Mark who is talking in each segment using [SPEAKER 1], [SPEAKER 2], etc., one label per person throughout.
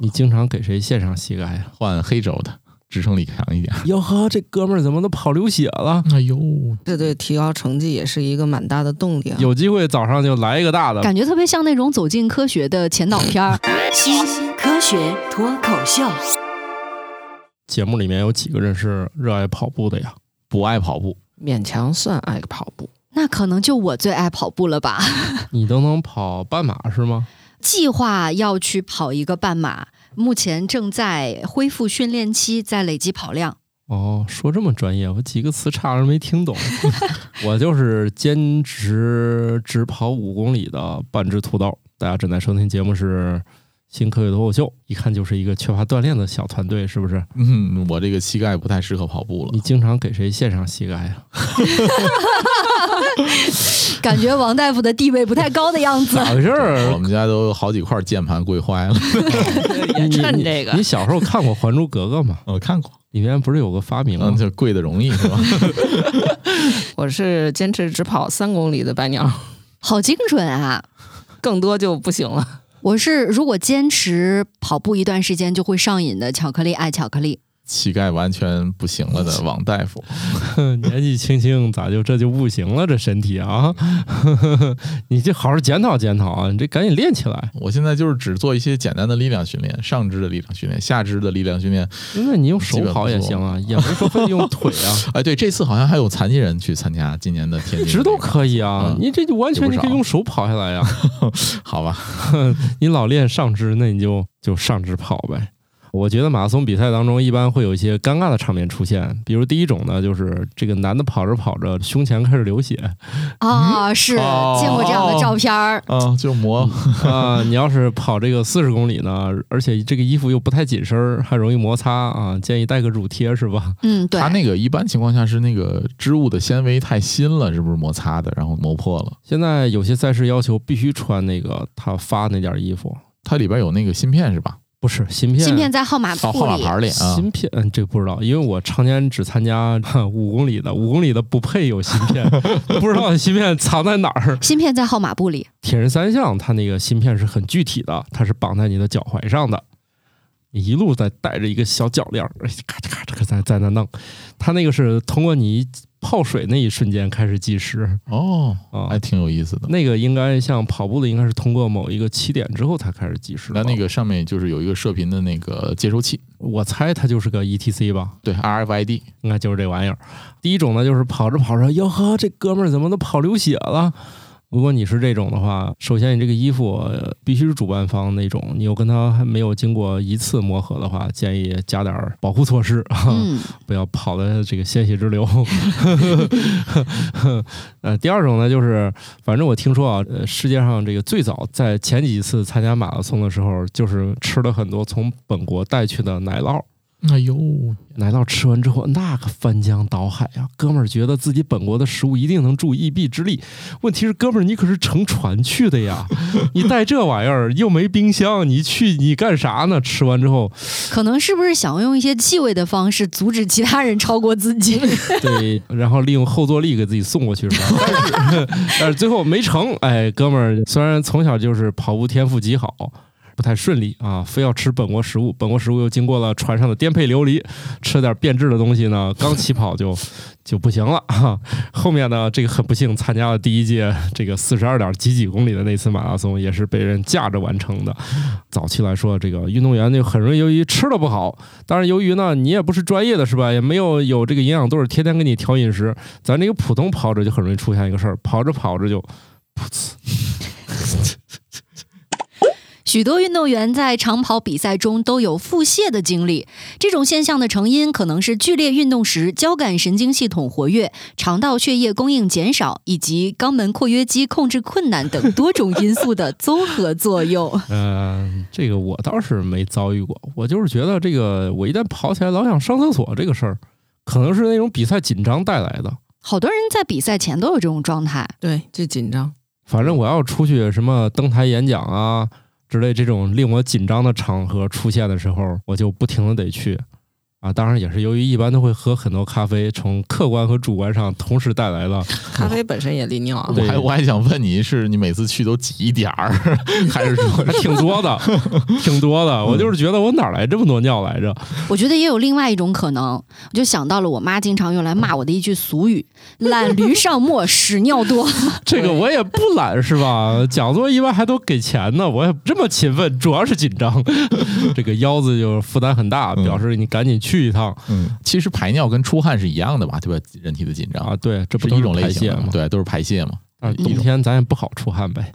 [SPEAKER 1] 你经常给谁献上膝盖呀？
[SPEAKER 2] 换黑肘的，支撑力强一点。
[SPEAKER 1] 哟呵，这哥们儿怎么都跑流血了？
[SPEAKER 2] 哎呦，
[SPEAKER 3] 这对提高成绩也是一个蛮大的动力啊。
[SPEAKER 1] 有机会早上就来一个大的。
[SPEAKER 4] 感觉特别像那种走进科学的前导片儿。
[SPEAKER 5] 新科学脱口秀，
[SPEAKER 1] 节目里面有几个人是热爱跑步的呀？
[SPEAKER 2] 不爱跑步，
[SPEAKER 3] 勉强算爱跑 步，
[SPEAKER 4] 那可能就我最爱跑步了吧？
[SPEAKER 1] 你都能跑半马是吗？
[SPEAKER 4] 计划要去跑一个半马，目前正在恢复训练期，在累积跑量。
[SPEAKER 1] 哦，说这么专业，我几个词差点没 听懂。我就是兼职只跑五公里的半只土豆。大家正在收听节目是新科学脱口秀，一看就是一个缺乏锻炼的小团队，是不是？
[SPEAKER 2] 嗯，我这个膝盖不太适合跑步了
[SPEAKER 1] 你。经常给谁献上膝盖呀？
[SPEAKER 4] 感觉王大夫的地位不太高的样 子。
[SPEAKER 1] 咋回事
[SPEAKER 2] 我
[SPEAKER 1] 儿？
[SPEAKER 2] 们家都有好几块键盘跪坏了。
[SPEAKER 3] 也
[SPEAKER 1] 你
[SPEAKER 3] 趁这
[SPEAKER 1] 你
[SPEAKER 3] 个
[SPEAKER 1] 你小时候看过《还珠格格》吗？
[SPEAKER 2] 我看过，
[SPEAKER 1] 里面不是有个发明吗
[SPEAKER 2] 嗯，？就跪的容易是吧？
[SPEAKER 3] 我是坚持只跑三公里的白鸟，
[SPEAKER 4] 好精准啊！
[SPEAKER 3] 更多就不行了。
[SPEAKER 4] 我是如果坚持跑步一段时间就会上瘾的巧克力爱巧克力。
[SPEAKER 2] 膝盖完全不行了的王大夫，
[SPEAKER 1] 年纪轻轻咋就这就不行了？这身体啊， 你这好好检讨检讨啊！你这赶紧练起来。
[SPEAKER 2] 我现在就是只做一些简单的力量训练，上肢的力量训练，下肢的力量训练。
[SPEAKER 1] 因为你用手跑也行 啊，也没说非得用腿 啊，
[SPEAKER 2] 哎，对，这次好像还有残疾人去参加今年的天津，
[SPEAKER 1] 一直都可以啊。
[SPEAKER 2] 嗯
[SPEAKER 1] 你这就完全你可以用手跑下来呀、
[SPEAKER 2] 好吧？
[SPEAKER 1] 你老练上肢，那你就就上肢跑呗。我觉得马拉松比赛当中一般会有一些尴尬的场面出现，比如第一种呢，就是这个男的跑着跑着胸前开始流血
[SPEAKER 4] 啊，是
[SPEAKER 2] 哦
[SPEAKER 4] 见过这样的照片儿。
[SPEAKER 2] 啊，就磨
[SPEAKER 1] 啊、你要是跑这个四十公里呢，而且这个衣服又不太紧身儿，还容易摩擦啊，建议带个乳贴是吧？
[SPEAKER 4] 嗯，对
[SPEAKER 2] 它，那个一般情况下是那个织物的纤维太新了，是不是摩擦的，然后磨破了？
[SPEAKER 1] 现在有些赛事要求必须穿那个他发那件衣服，
[SPEAKER 2] 它里边有那个芯片是吧？
[SPEAKER 1] 不是芯片，
[SPEAKER 4] 芯片在号码
[SPEAKER 2] 哦，
[SPEAKER 4] 库
[SPEAKER 2] 号码
[SPEAKER 4] 里。
[SPEAKER 2] 牌里啊，
[SPEAKER 1] 芯片，嗯，这不知道，因为我常年只参加哈五公里的，五公里的不配有芯片， 不知道芯片藏在哪儿。
[SPEAKER 4] 芯片在号码布里，
[SPEAKER 1] 铁人三项它那个芯片是很具体的，它是绑在你的脚踝上的，你一路在带着一个小脚链儿，哎咔嚓咔嚓咔嚓在在那弄，它那个是通过你泡水那一瞬间开始计时
[SPEAKER 2] 哦，
[SPEAKER 1] 啊。
[SPEAKER 2] 还挺有意思的。
[SPEAKER 1] 那个应该像跑步的，应该是通过某一个起点之后才开始计时吧。
[SPEAKER 2] 那那个上面就是有一个射频的那个接收器，
[SPEAKER 1] 我猜它就是个 ETC 吧，
[SPEAKER 2] 对 RFID，
[SPEAKER 1] 应该就是这玩意儿。第一种呢，就是跑着跑着，哟呵，这哥们儿怎么都跑流血了？如果你是这种的话，首先你这个衣服呃必须是主办方那种，你又跟他还没有经过一次磨合的话，建议加点儿保护措施，啊
[SPEAKER 4] 嗯，
[SPEAKER 1] 不要跑的这个鲜血直流。呃，第二种呢，就是反正我听说啊，呃，世界上这个最早在前几次参加马拉松的时候，就是吃了很多从本国带去的奶酪。
[SPEAKER 2] 哎呦，
[SPEAKER 1] 奶酪吃完之后，那个翻江倒海啊！哥们儿觉得自己本国的食物一定能助一臂之力。问题是，哥们儿你可是乘船去的呀，你带这玩意儿又没冰箱，你去你干啥呢？吃完之后，
[SPEAKER 4] 可能是不是想用一些气味的方式阻止其他人超过自 己？
[SPEAKER 1] 对，然后利用后坐力给自己送过去是吧？ 但是但是最后没成。哎，哥们儿虽然从小就是跑步天赋极好。不太顺利啊，非要吃本国食物，本国食物又经过了船上的颠沛流离，吃点变质的东西呢，刚起跑就 就不行了 哈。后面呢，这个很不幸参加了第一届这个四十二点几几公里的那次马拉松，也是被人架着完成的。早期来说，这个运动员就很容易由于吃的不好，当然，由于呢，你也不是专业的，是吧？也没有有这个营养队儿天天给你调饮食，咱这个普通跑者就很容易出现一个事儿，跑着跑着就
[SPEAKER 4] 许多运动员在长跑比赛中都有腹泻的经历，这种现象的成因可能是剧烈运动时交感神经系统活跃、肠道血液供应减少以及肛门括约肌控制困难等多种因素的综合作用。
[SPEAKER 1] 嗯、这个我倒是没遭遇过，我就是觉得这个我一旦跑起来老想上厕所这个事儿，可能是那种比赛紧张带来的。
[SPEAKER 4] 好多人在比赛前都有这种状态，
[SPEAKER 3] 对，就紧张。
[SPEAKER 1] 反正我要出去什么登台演讲啊之类这种令我紧张的场合出现的时候，我就不停的得去。啊，当然也是由于一般都会喝很多咖啡，从客观和主观上同时带来了
[SPEAKER 3] 咖啡本身也利尿啊，
[SPEAKER 1] 对
[SPEAKER 2] 我还我还想问你是你每次去都挤一点儿，还是说
[SPEAKER 1] 还挺多 的，挺多的。我就是觉得我哪儿来这么多尿来着？
[SPEAKER 4] 我觉得也有另外一种可能，我就想到了我妈经常用来骂我的一句俗语：“懒驴上磨，屎尿多。
[SPEAKER 1] 这个我也不懒是吧？讲座一般还都给钱呢，我也这么勤奋，主要是紧张。这个腰子就负担很大，
[SPEAKER 2] 嗯
[SPEAKER 1] 表示你赶紧去一趟
[SPEAKER 2] 嗯，其实排尿跟出汗是一样的吧，对吧？人体的紧张
[SPEAKER 1] 啊！对，这不
[SPEAKER 2] 是
[SPEAKER 1] 都
[SPEAKER 2] 一种
[SPEAKER 1] 排
[SPEAKER 2] 类型
[SPEAKER 1] 泄
[SPEAKER 2] 的
[SPEAKER 1] 吗？
[SPEAKER 2] 对，都是排泄嘛。
[SPEAKER 1] 但是冬天咱也不好出汗 呗，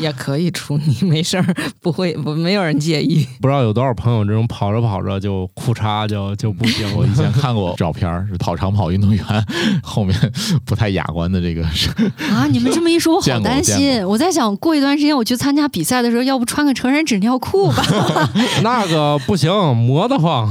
[SPEAKER 3] 也可以出，你没事儿，不会，不没有人介意。
[SPEAKER 1] 不知道有多少朋友这种跑着跑着就裤衩就就不行
[SPEAKER 2] 我
[SPEAKER 1] 了
[SPEAKER 2] 以。前看过照片儿，是跑长跑运动员后面不太雅观的这个是，”
[SPEAKER 4] 啊，你们这么一说，我
[SPEAKER 2] 见
[SPEAKER 4] 好
[SPEAKER 2] 过
[SPEAKER 4] 担
[SPEAKER 2] 见
[SPEAKER 4] 心。我在想，过一段时间我去参加比赛的时候，要不穿个成人纸尿裤 吧？
[SPEAKER 1] 那个不行，磨得 慌。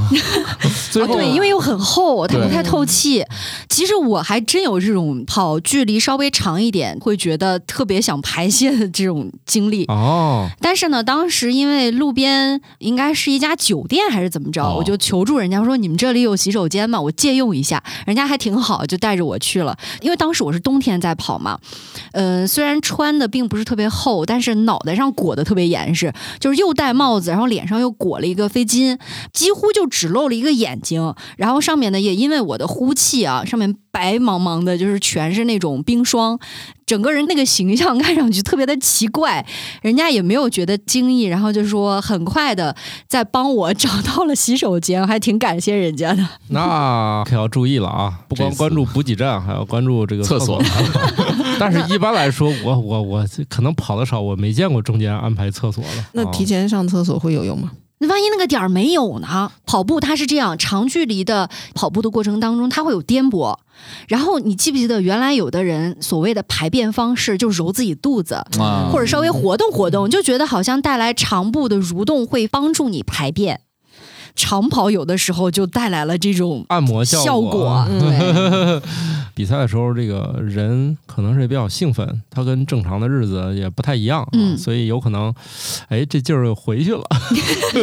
[SPEAKER 1] 最
[SPEAKER 4] 啊，
[SPEAKER 1] 后、
[SPEAKER 4] 对，因为又很厚，它
[SPEAKER 2] 对
[SPEAKER 4] 不太透气。其实我还真有这种跑距离稍微长一点，会觉得特别想排泄的这种经历。
[SPEAKER 1] 哦，
[SPEAKER 4] 但是呢，当时因为路边应该是一家酒店还是怎么着，
[SPEAKER 2] 哦
[SPEAKER 4] 我就求助人家说：“你们这里有洗手间吗？我借用一下。”人家还挺好，就带着我去了。因为当时我是冬天在跑嘛，嗯、虽然穿的并不是特别厚，但是脑袋上裹得特别严实，就是又戴帽子，然后脸上又裹了一个飞巾，几乎就只露了一个眼睛。然后上面呢，也因为我的呼气啊，上面白茫茫的，就是全是那种冰霜。整个人那个形象看上去特别的奇怪，人家也没有觉得惊异，然后就说很快的在帮我找到了洗手间，还挺感谢人家的。
[SPEAKER 1] 那 可要注意了啊！不光
[SPEAKER 2] 这次
[SPEAKER 1] 关注补给站，还要关注这个
[SPEAKER 2] 厕所。
[SPEAKER 1] 但是，一般来说，我我我可能跑的少，我没见过中间安排厕所啊的。
[SPEAKER 3] 那提前上厕所会有用吗？
[SPEAKER 4] 那万一那个点儿没有呢？跑步它是这样，长距离的跑步的过程当中，它会有颠簸。然后你记不记得原来有的人所谓的排便方式，就揉自己肚子，
[SPEAKER 2] 啊
[SPEAKER 4] 或者稍微活动活动，就觉得好像带来长步的蠕动会帮助你排便。长跑有的时候就带来了这种
[SPEAKER 1] 按摩效
[SPEAKER 4] 效
[SPEAKER 1] 果啊
[SPEAKER 4] 果，啊
[SPEAKER 3] 对，
[SPEAKER 1] 比赛的时候，这个人可能是比较兴奋，他跟正常的日子也不太一样、啊，
[SPEAKER 4] 嗯
[SPEAKER 1] 所以有可能，哎，这劲儿又回去了。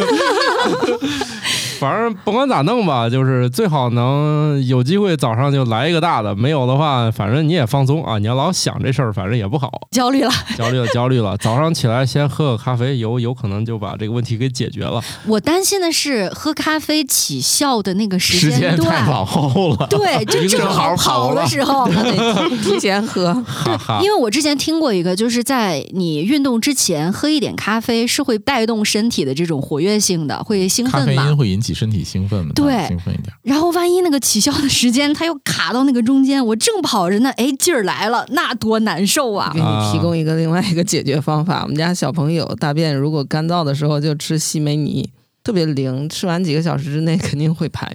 [SPEAKER 1] 反正甭管咋弄吧，就是最好能有机会早上就来一个大的，没有的话，反正你也放松啊。你要老想这事儿，反正也不好，啊
[SPEAKER 4] 焦虑了。
[SPEAKER 1] 焦虑了，焦虑了。早上起来先喝个咖啡，有有可能就把这个问题给解决了。
[SPEAKER 4] 我担心的是喝咖啡起效的那个
[SPEAKER 2] 时间
[SPEAKER 4] 间
[SPEAKER 2] 太
[SPEAKER 4] 段。
[SPEAKER 2] 往后了，
[SPEAKER 4] 对，就
[SPEAKER 1] 正
[SPEAKER 4] 正好
[SPEAKER 2] 好跑
[SPEAKER 4] 跑
[SPEAKER 2] 了
[SPEAKER 4] 的时
[SPEAKER 1] 哦
[SPEAKER 4] 候，
[SPEAKER 3] 那得提提前 喝。
[SPEAKER 1] 哈哈
[SPEAKER 4] 因，为我之前听过一个，就是在你运动之前喝一点咖啡是会带动身体的这种活跃性的，会兴
[SPEAKER 2] 咖
[SPEAKER 4] 奋
[SPEAKER 2] 啡
[SPEAKER 4] 嘛
[SPEAKER 2] 因。会引起身体兴奋嘛，
[SPEAKER 4] 对
[SPEAKER 2] 兴奋一点。
[SPEAKER 4] 然后万一那个起效的时间它又卡到那个中间，我正跑着呢，哎，劲儿来了，那多难 受啊！
[SPEAKER 3] 给你提供一个另外一个解决方法。我们家小朋友大便如果干燥的时候就吃西梅泥，特别灵，吃完几个小时之内肯定会排。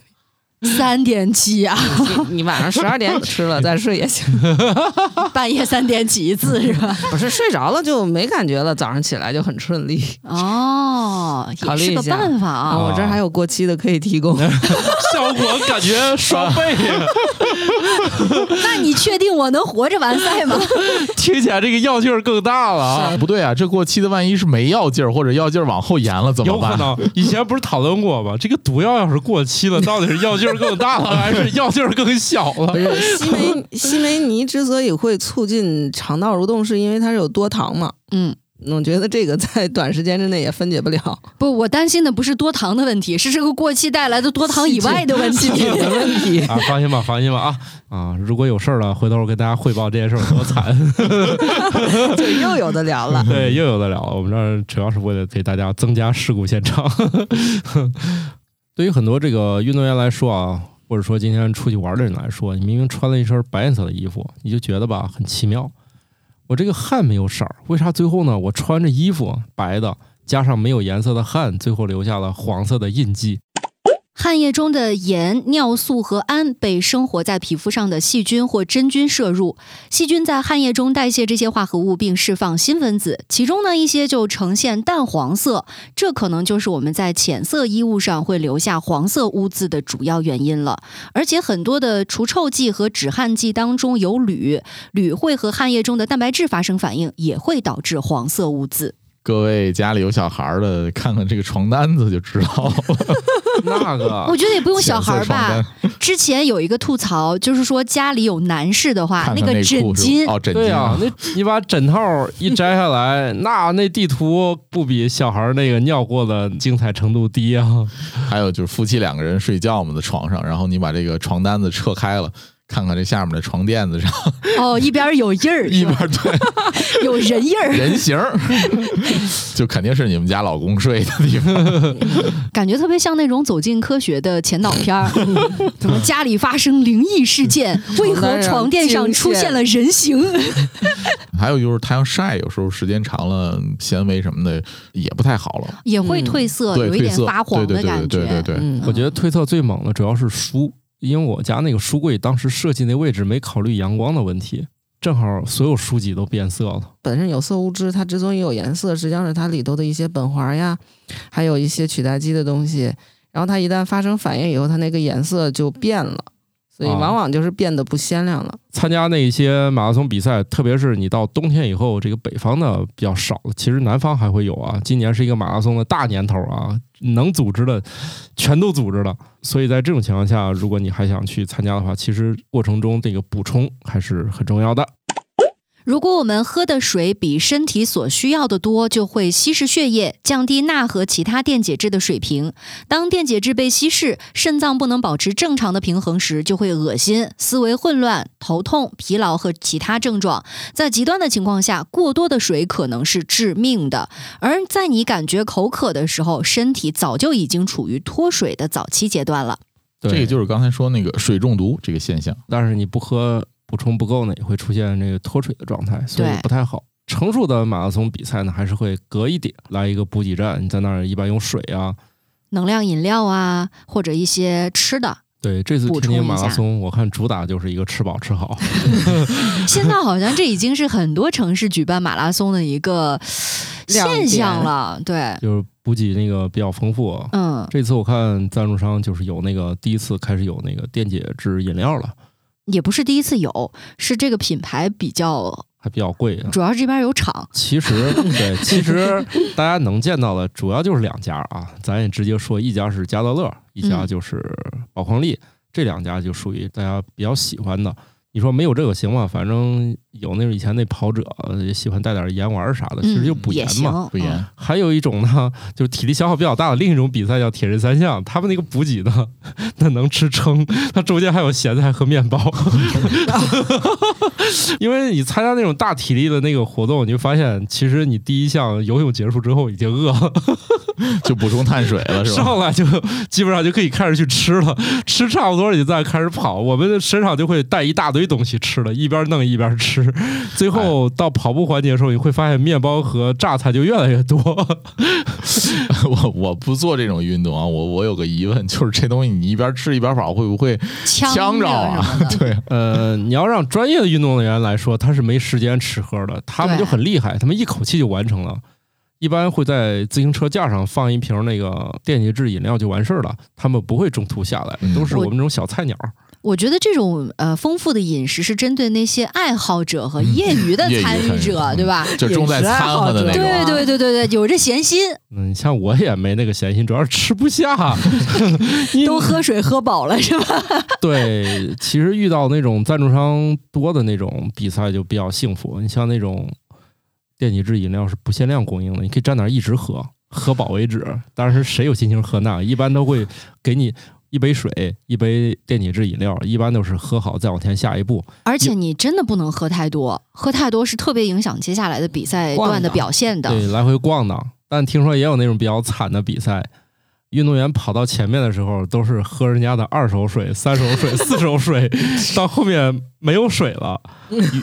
[SPEAKER 4] 三点起 啊，
[SPEAKER 3] 你你晚上十二点吃了再睡也行，
[SPEAKER 4] 半夜三点起一次是吧？
[SPEAKER 3] 不是睡着了就没感觉了，早上起来就很顺利。
[SPEAKER 4] 哦，
[SPEAKER 3] 考
[SPEAKER 4] 也
[SPEAKER 3] 虑
[SPEAKER 4] 是
[SPEAKER 3] 一
[SPEAKER 4] 个
[SPEAKER 3] 下
[SPEAKER 4] 办法啊。
[SPEAKER 3] 啊，我这儿还有过期的可以提供。
[SPEAKER 1] 效果感觉双倍。
[SPEAKER 4] 那你确定我能活着完赛吗？
[SPEAKER 1] 听起来这个药劲儿更大了啊！
[SPEAKER 2] 不对啊，这过期的万一是没药劲儿，或者药劲儿往后延了怎么
[SPEAKER 1] 有可
[SPEAKER 2] 办？
[SPEAKER 1] 能，以前不是讨论过吗？这个毒药要是过期了，到底是药劲儿更大了，还是药劲儿更小
[SPEAKER 3] 不
[SPEAKER 1] 了？
[SPEAKER 3] 是西梅西梅泥之所以会促进肠道蠕动，是因为它是有多糖嘛。
[SPEAKER 4] 嗯，
[SPEAKER 3] 我觉得这个在短时间之内也分解不了。
[SPEAKER 4] 不，我担心的不是多糖的问题，是这个过期带来的多糖以外的问题。
[SPEAKER 3] 的问题。
[SPEAKER 1] 啊，放心吧，放心吧啊啊！如果有事儿了，回头我跟大家汇报这件事儿多惨。。
[SPEAKER 3] 就又有的聊 了
[SPEAKER 1] 对，又有的聊了。我们这儿主要是为了给大家增加事故现场。 对于很多这个运动员来说啊，或者说今天出去玩的人来说，你明明穿了一身白颜色的衣服，你就觉得吧很奇妙，我这个汗没有色儿，为啥最后呢？我穿着衣服白的，加上没有颜色的汗，最后留下了黄色的印记。
[SPEAKER 4] 汗液中的盐、尿素和氨被生活在皮肤上的细菌或真菌摄入，细菌在汗液中代谢这些化合物并释放新分子，其中呢一些就呈现淡黄色，这可能就是我们在浅色衣物上会留下黄色污渍的主要原因了。而且很多的除臭剂和止汗剂当中有铝，铝会和汗液中的蛋白质发生反应，也会导致黄色污渍。
[SPEAKER 2] 各位家里有小孩儿的，看看这个床单子就知道 了。
[SPEAKER 1] 那
[SPEAKER 2] 啊
[SPEAKER 1] 个
[SPEAKER 4] 我觉得也不用小孩儿
[SPEAKER 2] 浅
[SPEAKER 4] 吧。 之前有一个吐槽，就是说家里有男士的话，
[SPEAKER 2] 看看
[SPEAKER 4] 啊个
[SPEAKER 2] 内
[SPEAKER 4] 枕
[SPEAKER 2] 裤是吧
[SPEAKER 4] 巾
[SPEAKER 2] 哦，枕
[SPEAKER 1] 对
[SPEAKER 2] 巾
[SPEAKER 1] 呀、
[SPEAKER 2] 啊，
[SPEAKER 1] 那你把枕套一摘下来，那那地图不比小孩儿那个尿过的精彩程度低啊！
[SPEAKER 2] 还有就是夫妻两个人睡觉嘛，在床上，然后你把这个床单子撤开了，看看这下面的床垫子上
[SPEAKER 4] 哦，一边有印 儿，
[SPEAKER 2] 一
[SPEAKER 4] 是吧
[SPEAKER 2] 边对
[SPEAKER 4] 有人印儿，
[SPEAKER 2] 人形儿，就肯定是你们家老公睡的地方。
[SPEAKER 4] 感觉特别像那种走进科学的前导片 儿。嗯怎么家里发生灵异事件？为何
[SPEAKER 2] 啊
[SPEAKER 4] 床垫上出现了人形？
[SPEAKER 2] 还有就是太阳晒，有时候时间长了，纤维什么的也不太好了，
[SPEAKER 4] 也会褪色，
[SPEAKER 2] 嗯对，
[SPEAKER 4] 有一
[SPEAKER 2] 褪
[SPEAKER 4] 点
[SPEAKER 2] 色，
[SPEAKER 4] 发黄
[SPEAKER 2] 对
[SPEAKER 4] 的
[SPEAKER 2] 对对
[SPEAKER 4] 感觉。
[SPEAKER 2] 对对对对，
[SPEAKER 3] 嗯
[SPEAKER 1] 我觉得推测最猛的主要是书，因为我家那个书柜当时设计那位置没考虑阳光的问题，正好所有书籍都变色了。
[SPEAKER 3] 本身有色无知，它之所以有颜色，实际上是它里头的一些苯环呀，还有一些取代基的东西。然后它一旦发生反应以后，它那个颜色就变了，所以
[SPEAKER 1] 啊
[SPEAKER 3] 往往就是变得不鲜亮了。
[SPEAKER 1] 参加那些马拉松比赛，特别是你到冬天以后，这个北方的比较少了，其实南方还会有啊。今年是一个马拉松的大年头啊，能组织的全都组织了。所以在这种情况下，如果你还想去参加的话，其实过程中这个补充还是很重要的。
[SPEAKER 4] 如果我们喝的水比身体所需要的多，就会稀释血液，降低钠和其他电解质的水平。当电解质被稀释，肾脏不能保持正常的平衡时，就会恶心、思维混乱、头痛、疲劳和其他症状。在极端的情况下，过多的水可能是致命的。而在你感觉口渴的时候，身体早就已经处于脱水的早期阶段了。
[SPEAKER 1] 对
[SPEAKER 2] 这个就是刚才说那个水中毒这个现象。
[SPEAKER 1] 但是你不喝补充不够呢，也会出现这个脱水的状态，所以
[SPEAKER 4] 对
[SPEAKER 1] 不太好。成熟的马拉松比赛呢，还是会隔一点来一个补给站，你在那儿一般有水啊。
[SPEAKER 4] 能量饮料啊，或者一些吃的，
[SPEAKER 1] 对，这次
[SPEAKER 4] 补
[SPEAKER 1] 天
[SPEAKER 4] 充一下
[SPEAKER 1] 津马拉松，我看主打就是一个吃饱吃好。
[SPEAKER 4] 现在好像这已经是很多城市举办马拉松的一个
[SPEAKER 3] 亮点
[SPEAKER 4] 现象了，对，
[SPEAKER 1] 就是补给那个比较丰富。啊
[SPEAKER 4] 嗯，
[SPEAKER 1] 这次我看赞助商就是有那个第一次开始有那个电解质饮料了，
[SPEAKER 4] 也不是第一次有，是这个品牌比较，
[SPEAKER 1] 还比较贵啊。
[SPEAKER 4] 主要是这边有厂，
[SPEAKER 1] 其实对，其实大家能见到的主要就是两家啊，咱也直接说，一家是佳得乐，一家
[SPEAKER 4] 嗯
[SPEAKER 1] 就是宝矿力，这两家就属于大家比较喜欢的。你说没有这个行吗？反正有那种以前那跑者呃也喜欢带点盐丸儿啥的，呃其实就
[SPEAKER 4] 嗯
[SPEAKER 1] 补
[SPEAKER 4] 也
[SPEAKER 1] 盐
[SPEAKER 4] 行
[SPEAKER 1] 嘛。，
[SPEAKER 2] 不严
[SPEAKER 4] 嗯
[SPEAKER 1] 还有一种呢， 就是体力消耗比较大的另一种比赛叫铁人三项，他们那个补给呢， 那能吃撑，它中间还有咸菜和面包。 因为你参加那种大体力的那个活动，你就发现其实你第一项游泳结束之后已经饿了，
[SPEAKER 2] 就补充碳水 了，是吧？
[SPEAKER 1] 上来就基本上就可以开始去吃了，吃差不多了你再开始跑。我们身上就会带一大堆东西吃了，一边弄一边吃，最后
[SPEAKER 2] 哎
[SPEAKER 1] 到跑步环节的时候，你会发现面包和榨菜就越来越多。
[SPEAKER 2] 我我不做这种运动啊，我我有个疑问，就是这东西你一边吃一边跑，会不会呛
[SPEAKER 4] 呛
[SPEAKER 2] 着
[SPEAKER 4] 啊
[SPEAKER 2] 啊
[SPEAKER 4] 什么的，
[SPEAKER 2] 对啊，
[SPEAKER 1] 呃，你要让专业的运动员来说，他是没时间吃喝的，他们
[SPEAKER 4] 对
[SPEAKER 1] 就很厉害，他们一口气就完成了。一般会在自行车架上放一瓶那个电解质饮料就完事儿了，他们不会中途下来
[SPEAKER 2] 嗯，
[SPEAKER 1] 都是
[SPEAKER 4] 我
[SPEAKER 1] 我们这种小菜鸟。
[SPEAKER 4] 我觉得这种呃丰富的饮食是针对那些爱好者和业余的
[SPEAKER 2] 业余
[SPEAKER 4] 参与
[SPEAKER 2] 参与
[SPEAKER 4] 者，
[SPEAKER 2] 嗯
[SPEAKER 4] 对吧？
[SPEAKER 2] 就重在掺和的那
[SPEAKER 3] 饮食
[SPEAKER 2] 种啊
[SPEAKER 3] 爱好者
[SPEAKER 4] 对对对对对，有这闲心，
[SPEAKER 1] 嗯，你像我也没那个闲心，主要是吃不下。 你
[SPEAKER 4] 都喝水喝饱了是吧？
[SPEAKER 1] 对，其实遇到那种赞助商多的那种比赛就比较幸福。你像那种电解质饮料是不限量供应的，你可以站那儿一直喝，喝饱为止。当然是谁有心情喝那，一般都会给你一杯水，一杯电解质饮料，一般都是喝好再往前下一步。
[SPEAKER 4] 而且你真的不能喝太多，喝太多是特别影响接下来的比赛
[SPEAKER 3] 逛
[SPEAKER 4] 段的
[SPEAKER 3] 的
[SPEAKER 4] 表现的。
[SPEAKER 1] 对，来回逛荡。但听说也有那种比较惨的比赛。运动员跑到前面的时候，都是喝人家的二手水、三手水、四手 水，到后面没有水了，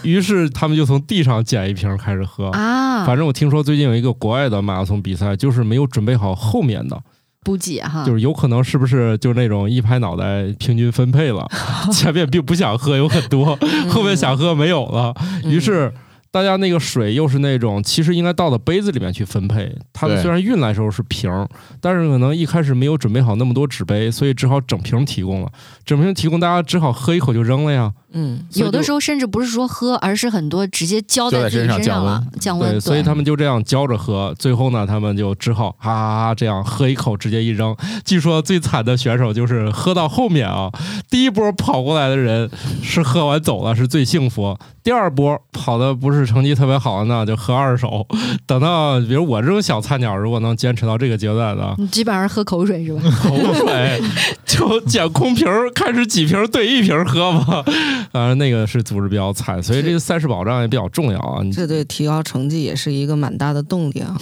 [SPEAKER 1] 于于是他们就从地上捡一瓶开始喝。
[SPEAKER 4] 啊，
[SPEAKER 1] 反正我听说最近有一个国外的马拉松比赛，就是没有准备好后面的，
[SPEAKER 4] 补给哈，
[SPEAKER 1] 就是有可能是不是就那种一拍脑袋平均分配 了，前面并不想喝有很多，后面想喝没有了，于
[SPEAKER 3] 嗯
[SPEAKER 1] 是。大家那个水又是那种，其实应该倒到杯子里面去分配。他们
[SPEAKER 2] 对
[SPEAKER 1] 虽然运来的时候是瓶儿，但是可能一开始没有准备好那么多纸杯，所以只好整瓶提供了。整瓶提供，大家只好喝一口就扔了呀。
[SPEAKER 3] 嗯，
[SPEAKER 1] 所以
[SPEAKER 4] 有的
[SPEAKER 1] 就
[SPEAKER 4] 时候甚至不是说喝，而是很多直接浇
[SPEAKER 2] 浇
[SPEAKER 4] 在
[SPEAKER 2] 在
[SPEAKER 4] 自己
[SPEAKER 2] 身上
[SPEAKER 4] 身上
[SPEAKER 2] 降
[SPEAKER 4] 了，
[SPEAKER 2] 温
[SPEAKER 4] 降温。
[SPEAKER 1] 对，所以
[SPEAKER 4] 对
[SPEAKER 1] 他们就这样浇着喝，最后呢，他们就只好哈哈哈这样喝一口，直接一扔。据说最惨的选手就是喝到后面啊，第一波跑过来的人是喝完走了，是最幸福；第二波跑的不是成绩特别好的呢，就喝二手。等到比如我这种小菜鸟，如果能坚持到这个阶段 的，
[SPEAKER 4] 你基本上是喝口水是吧？
[SPEAKER 1] 口水就捡空瓶儿，开始几瓶儿兑一瓶儿喝吧。 啊，那个是组织比较惨，所以这个赛事保障也比较重要啊。你
[SPEAKER 3] 这对提高成绩也是一个蛮大的动 力啊。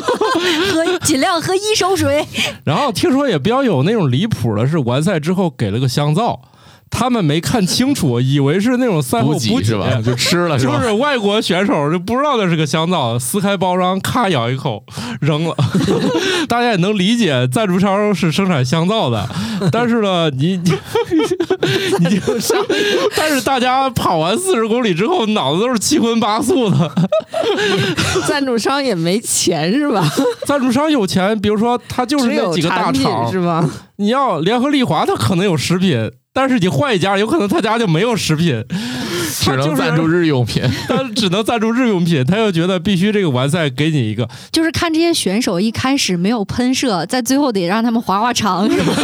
[SPEAKER 4] 喝尽量喝一手水。
[SPEAKER 1] 然后听说也比较有那种离谱的是，完赛之后给了个香皂，他们没看清楚，以为是那种赛后
[SPEAKER 2] 补
[SPEAKER 1] 补
[SPEAKER 2] 给是吧？就吃了是
[SPEAKER 1] 就
[SPEAKER 2] 吧？
[SPEAKER 1] 是外国选手就不知道那是个香皂，撕开包装，咔咬一口扔了。 大家也能理解，赞助商是生产香皂的， 但是呢，你 你你就但是大家跑完四十公里之后，脑子都是七荤八素的，
[SPEAKER 3] 赞助商也没钱是吧？
[SPEAKER 1] 赞助商有钱，比如说他就是
[SPEAKER 3] 只
[SPEAKER 1] 那
[SPEAKER 3] 有
[SPEAKER 1] 几个大
[SPEAKER 3] 产品
[SPEAKER 1] 厂
[SPEAKER 3] 是，吧？
[SPEAKER 1] 你要联合利华，它可能有食品，但是你换一家，有可能他家就没有食 品，
[SPEAKER 2] 只能赞助
[SPEAKER 1] 他就是
[SPEAKER 2] 日用品，
[SPEAKER 1] 他只能赞助日用品，他又觉得必须这个完赛给你一 个，
[SPEAKER 4] 就是看这些选手一开始没有喷射，在最后得让他们划划肠，是吧？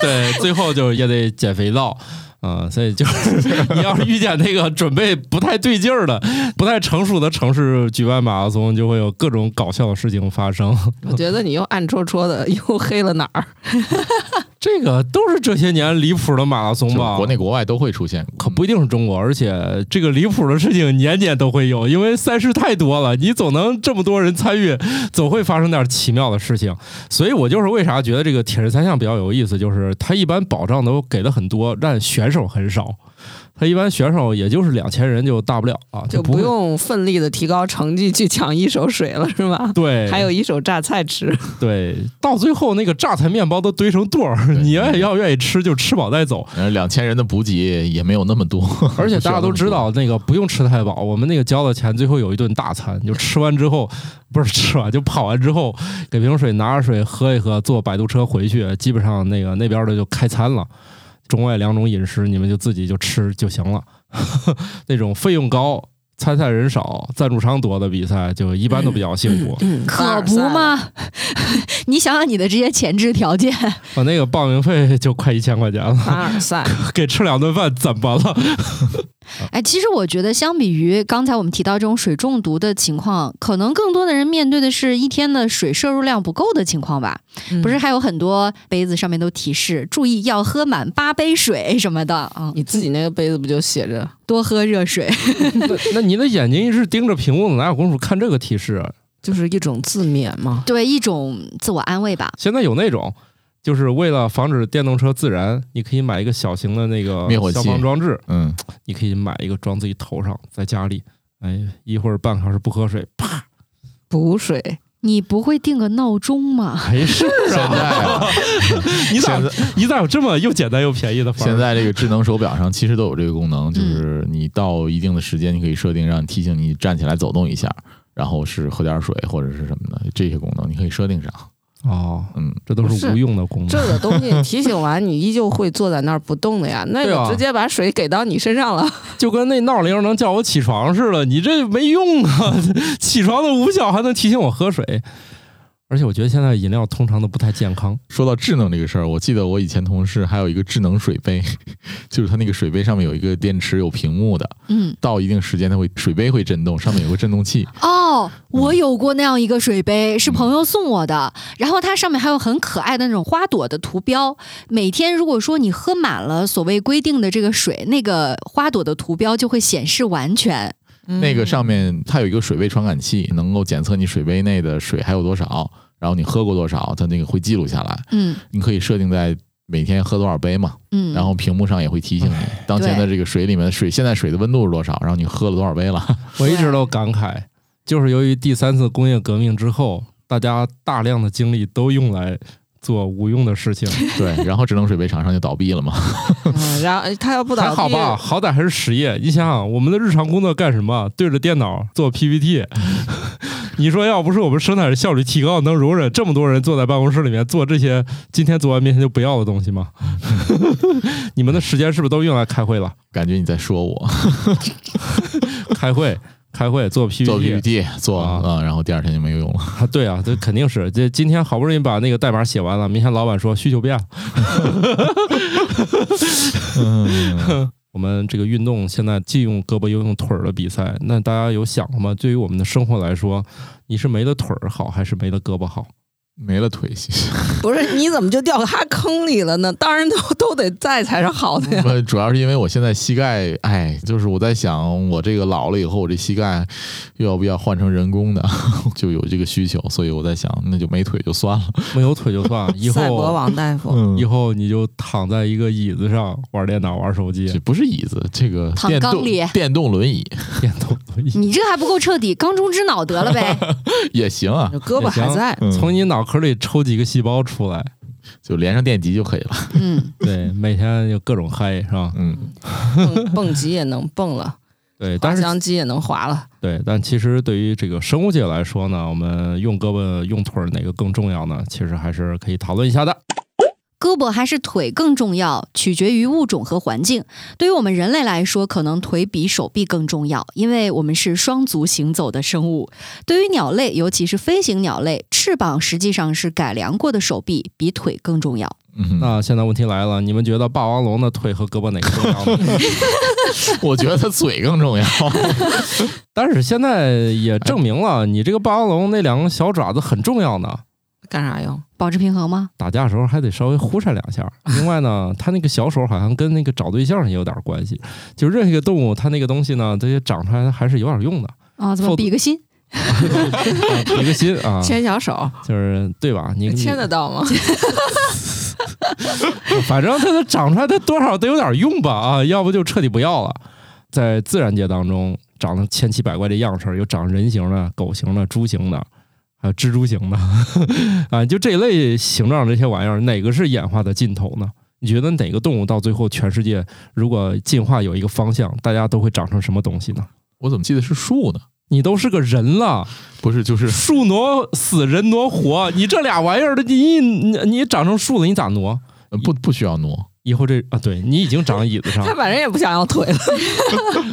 [SPEAKER 1] 对，最后就也得减肥皂。啊、所以就是你要是遇见那个准备不太对劲儿的、不太成熟的城市举办马拉松，就会有各种搞笑的事情发生。
[SPEAKER 3] 我觉得你又暗戳戳的又黑了哪儿？
[SPEAKER 1] 这个都是这些年离谱的马拉松
[SPEAKER 2] 就是
[SPEAKER 1] 吧？
[SPEAKER 2] 国内国外都会出现。
[SPEAKER 1] 可不一定是中
[SPEAKER 2] 嗯
[SPEAKER 1] 国，而且这个离谱的事情年年都会有，因为赛事太多了，你总能这么多人参与，总会发生点奇妙的事情。所以我就是为啥觉得这个铁人三项比较有意思，就是它一般保障都给的很多，但选手很少。它一般选手也就是两千人就大不了啊，
[SPEAKER 3] 就
[SPEAKER 1] 不
[SPEAKER 3] 不
[SPEAKER 1] 会
[SPEAKER 3] 用奋力的提高成绩去抢一手水了是吧？
[SPEAKER 1] 对，
[SPEAKER 3] 还有一手榨菜吃，
[SPEAKER 1] 对，到最后那个榨菜面包都堆成垛儿，
[SPEAKER 2] 对
[SPEAKER 1] 你愿意要愿意吃就吃饱再走，
[SPEAKER 2] 嗯，两千人的补给也没有那么多，
[SPEAKER 1] 而且大家都知道，那个不用吃太饱，我们那个交的钱最后有一顿大餐，就吃完之后，不是吃完就跑完之后，给瓶水拿着水喝一喝，坐摆渡车回去，基本上那个那边的就开餐了。中外两种饮食，你们就自己就吃就行了。 那种费用高、参赛人少、赞助商多的比赛，就一般都比较幸
[SPEAKER 3] 嗯
[SPEAKER 1] 福。
[SPEAKER 4] 可不嘛！ 你想想你的这些前置 条件，
[SPEAKER 1] 我啊那个报名费 就快一千块钱了，
[SPEAKER 3] 凡尔赛，
[SPEAKER 1] 给吃两顿饭怎么了？
[SPEAKER 4] 哎，其实我觉得，相比于刚才我们提到这种水中毒的情况，可能更多的人面对的是一天的水摄入量不够的情况吧。
[SPEAKER 1] 嗯
[SPEAKER 4] 不是还有很多杯子上面都提示注意要喝满八杯水什么的啊、
[SPEAKER 3] 你自己那个杯子不就写着？
[SPEAKER 4] 多喝热 水。
[SPEAKER 1] 那那你的眼睛一直盯着屏幕，哪有功夫看这个提示啊？
[SPEAKER 3] 就是一种自勉嘛。
[SPEAKER 4] 对，一种自我安慰吧。
[SPEAKER 1] 现在有那种，就是为了防止电动车自燃，你可以买一个小型的那个
[SPEAKER 2] 灭火器
[SPEAKER 1] 消防装置，
[SPEAKER 2] 嗯，
[SPEAKER 1] 你可以买一个装自己头上，在家里，哎，一会儿半个小时不喝水，啪，
[SPEAKER 3] 补水，
[SPEAKER 4] 你不会定个闹钟吗？
[SPEAKER 1] 没事
[SPEAKER 2] 现
[SPEAKER 1] 儿啊。
[SPEAKER 2] 在
[SPEAKER 1] 你咋
[SPEAKER 2] 现在
[SPEAKER 1] 你咋有这么又简单又便宜的方
[SPEAKER 2] 现
[SPEAKER 1] 式？
[SPEAKER 2] 在这个智能手表上其实都有这个功能，就是你到一定的时间，你可以设定让提醒你站起来走动一下，然后是喝点水或者是什么的这些功能，你可以设定上。
[SPEAKER 1] 哦，
[SPEAKER 2] 嗯，
[SPEAKER 1] 这都是无用的功
[SPEAKER 3] 这
[SPEAKER 1] 能。
[SPEAKER 3] 个 东西提醒完你依旧会坐在那儿不动的呀。那
[SPEAKER 1] 对啊
[SPEAKER 3] 我直接把水给到你身 上了，
[SPEAKER 1] 就跟那闹铃能叫我起床似的，你这没用啊！ 起床的无效还能提醒我喝水，而且我觉得现在饮料通常都不太健康。
[SPEAKER 2] 说到智能这个事儿，我记得我以前同事还有一个智能水杯，就是它那个水杯上面有一个电池，有屏幕的，
[SPEAKER 4] 嗯，
[SPEAKER 2] 到一定时间它会水杯会震动，上面有个震动器，
[SPEAKER 4] 哦，我有过那样一个水杯，是朋友送我的，嗯然后它上面还有很可爱的那种花朵的图标。每天如果说你喝满了所谓规定的这个水，那个花朵的图标就会显示完全。
[SPEAKER 3] 嗯
[SPEAKER 2] 那个上面它有一个水位传感器，能够检测你水杯内的水还有多少，然后你喝过多少，它那个会记录下来。
[SPEAKER 4] 嗯
[SPEAKER 2] 你可以设定在每天喝多少杯嘛，
[SPEAKER 4] 嗯，
[SPEAKER 2] 然后屏幕上也会提醒你当前的这个水里面的水现在水的温度是多少，然后你喝了多少杯了。
[SPEAKER 1] 我一直都感慨，就是由于第三次工业革命之后，大家大量的精力都用来做无用的事情，
[SPEAKER 2] 对，然后智能水杯厂商就倒闭了嘛。
[SPEAKER 3] 嗯然后他要不
[SPEAKER 1] 还
[SPEAKER 3] 倒
[SPEAKER 1] 好
[SPEAKER 3] 闭，
[SPEAKER 1] 吧？好歹还是实业。你想想，我们的日常工作干什么？对着电脑做 PPT， 你说要不是我们生产效率提高，能容忍这么多人坐在办公室里面做这些今天做完明天就不要的东西吗？ 你们的时间是不是都用来开会了？
[SPEAKER 2] 感觉你在说我
[SPEAKER 1] 开会，开会，做 PPT，
[SPEAKER 2] 做 PPT 做
[SPEAKER 1] 啊
[SPEAKER 2] 啊，然后第二天就没有用了。
[SPEAKER 1] 啊， 对啊，这肯定是这今天好不容易把那个代码写完了，明天老板说需求变了。 嗯我们这个运动现在既用胳膊又用腿儿的比赛，那大家有想过吗？对于我们的生活来说，你是没了腿儿好，还是没了胳膊好？
[SPEAKER 2] 没了腿，其实
[SPEAKER 3] 不是，你怎么就掉他坑里了呢？当然都都得在才是好的呀。
[SPEAKER 1] 嗯
[SPEAKER 2] 不主要是因为我现在膝盖，哎，就是我在想，我这个老了以后，我这膝盖又要不要换成人工的， 就有这个需求，所以我在想，那就没腿就算了。
[SPEAKER 1] 没有腿就算了，以
[SPEAKER 3] 赛博
[SPEAKER 1] 后
[SPEAKER 3] 王大夫，
[SPEAKER 2] 嗯
[SPEAKER 1] 以后你就躺在一个椅子上玩电脑、玩手机
[SPEAKER 2] 这，不是椅子，这个
[SPEAKER 4] 躺
[SPEAKER 2] 电
[SPEAKER 4] 缸
[SPEAKER 2] 动
[SPEAKER 4] 里
[SPEAKER 2] 电动轮椅
[SPEAKER 1] 电动轮椅。
[SPEAKER 4] 你这个还不够彻底，缸中之脑得了 呗？
[SPEAKER 2] 也行啊，
[SPEAKER 3] 胳膊还在，
[SPEAKER 2] 嗯
[SPEAKER 1] 从你脑壳里抽几个细胞出来，
[SPEAKER 2] 就连上电极就可以了。
[SPEAKER 4] 嗯，
[SPEAKER 1] 对，每天就各种嗨，是吧？
[SPEAKER 2] 嗯，
[SPEAKER 3] 蹦蹦极也能蹦了，
[SPEAKER 1] 对，但
[SPEAKER 3] 滑
[SPEAKER 1] 是
[SPEAKER 3] 翔机也能滑了。
[SPEAKER 1] 对，但其实对于这个生物界来说呢，我们用胳膊用腿儿哪个更重要呢？其实还是可以讨论一下的。
[SPEAKER 4] 胳膊还是腿更重要，取决于物种和环境。对于我们人类来说，可能腿比手臂更重要，因为我们是双足行走的生物。对于鸟类，尤其是飞行鸟类，翅膀实际上是改良过的手臂，比腿更重要。
[SPEAKER 2] 嗯
[SPEAKER 1] 那现在问题来了，你们觉得霸王龙的腿和胳膊哪个重要呢？
[SPEAKER 2] 我觉得他嘴更重要。
[SPEAKER 1] 但是现在也证明了，你这个霸王龙那两个小爪子很重要呢。
[SPEAKER 3] 干啥用？
[SPEAKER 4] 保持平衡吗？
[SPEAKER 1] 打架的时候还得稍微呼扇两下。另外呢，它那个小手好像跟那个找对象也有点关系。就任何一个动物，它那个东西呢，这些长出来还是有点用的。
[SPEAKER 4] 啊，怎么
[SPEAKER 1] 否则
[SPEAKER 4] 比个心？
[SPEAKER 1] 一个心啊，
[SPEAKER 3] 牵小手，
[SPEAKER 1] 就是对吧？你啊你
[SPEAKER 3] 牵得到吗？
[SPEAKER 1] 反正它它长出来，它多少得有点用吧啊，要不就彻底不要了。在自然界当中，长得千奇百怪的样式儿，有长人形的、狗形的、猪形的，还有蜘蛛形的 啊，就这一类形状的这些玩意儿，哪个是演化的尽头呢？你觉得哪个动物到最后，全世界如果进化有一个方向，大家都会长成什么东西呢？
[SPEAKER 2] 我怎么记得是树呢？
[SPEAKER 1] 你都是个人了，
[SPEAKER 2] 不是，就是
[SPEAKER 1] 树挪死，人挪活，你这俩玩意儿的，你你你长成树了，你咋挪？
[SPEAKER 2] 呃不不需要挪。
[SPEAKER 1] 以后这啊，对你已经长椅子上了
[SPEAKER 3] 他，反正也不想要腿了。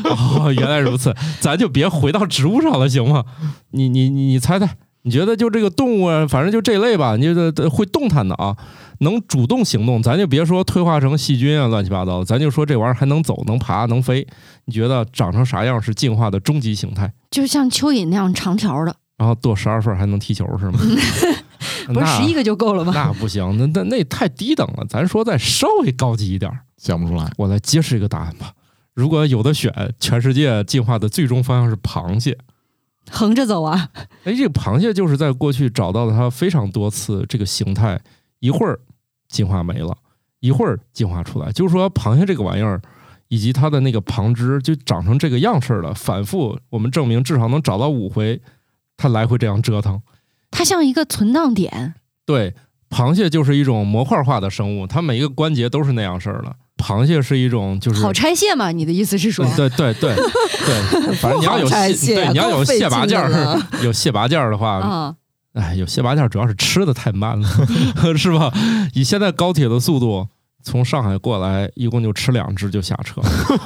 [SPEAKER 1] 哦，原来如此，咱就别回到植物上了，行吗？你你你你猜猜，你觉得就这个动物，啊，反正就这类吧，你这这会动弹的啊，能主动行动，咱就别说退化成细菌啊，乱七八糟的，咱就说这玩意儿还能走、能爬、能飞，你觉得长成啥样是进化的终极形态？
[SPEAKER 4] 就是像蚯蚓那样长条的，
[SPEAKER 1] 然后剁十二份还能踢球是吗？
[SPEAKER 4] 不是十一
[SPEAKER 1] 个。
[SPEAKER 4] 个就够了吗？
[SPEAKER 1] 那不行，那那那太低等了。咱说再稍微高级一点儿，
[SPEAKER 2] 想不出来，
[SPEAKER 1] 我来揭示一个答案吧。如果有的选，全世界进化的最终方向是螃蟹。
[SPEAKER 4] 横着走啊，
[SPEAKER 1] 哎，这个螃蟹就是在过去找到了它非常多次这个形态，一会儿进化没了，一会儿进化出来。就是说，螃蟹这个玩意儿，以及它的那个旁枝，就长成这个样式儿了。反复，我们证明至少能找到五回，它来回这样折腾。
[SPEAKER 4] 它像一个存档点。
[SPEAKER 1] 对，螃蟹就是一种模块化的生物，它每一个关节都是那样式儿的。螃蟹是一种就是嗯
[SPEAKER 4] 好拆卸嘛？你的意思是说，
[SPEAKER 1] 对对 对对，反正你要有
[SPEAKER 3] 不好拆
[SPEAKER 1] 蟹，
[SPEAKER 3] 卸
[SPEAKER 1] 对你要
[SPEAKER 3] 够
[SPEAKER 1] 有
[SPEAKER 3] 费
[SPEAKER 1] 蟹拔
[SPEAKER 3] 劲
[SPEAKER 1] 件
[SPEAKER 3] 的
[SPEAKER 1] 儿，有蟹拔件儿的话，
[SPEAKER 4] 啊，
[SPEAKER 1] 哎，有蟹拔件儿主要是吃的太慢了， 是吧？以现在高铁的速度，从上海过来，一共就吃两只就下车，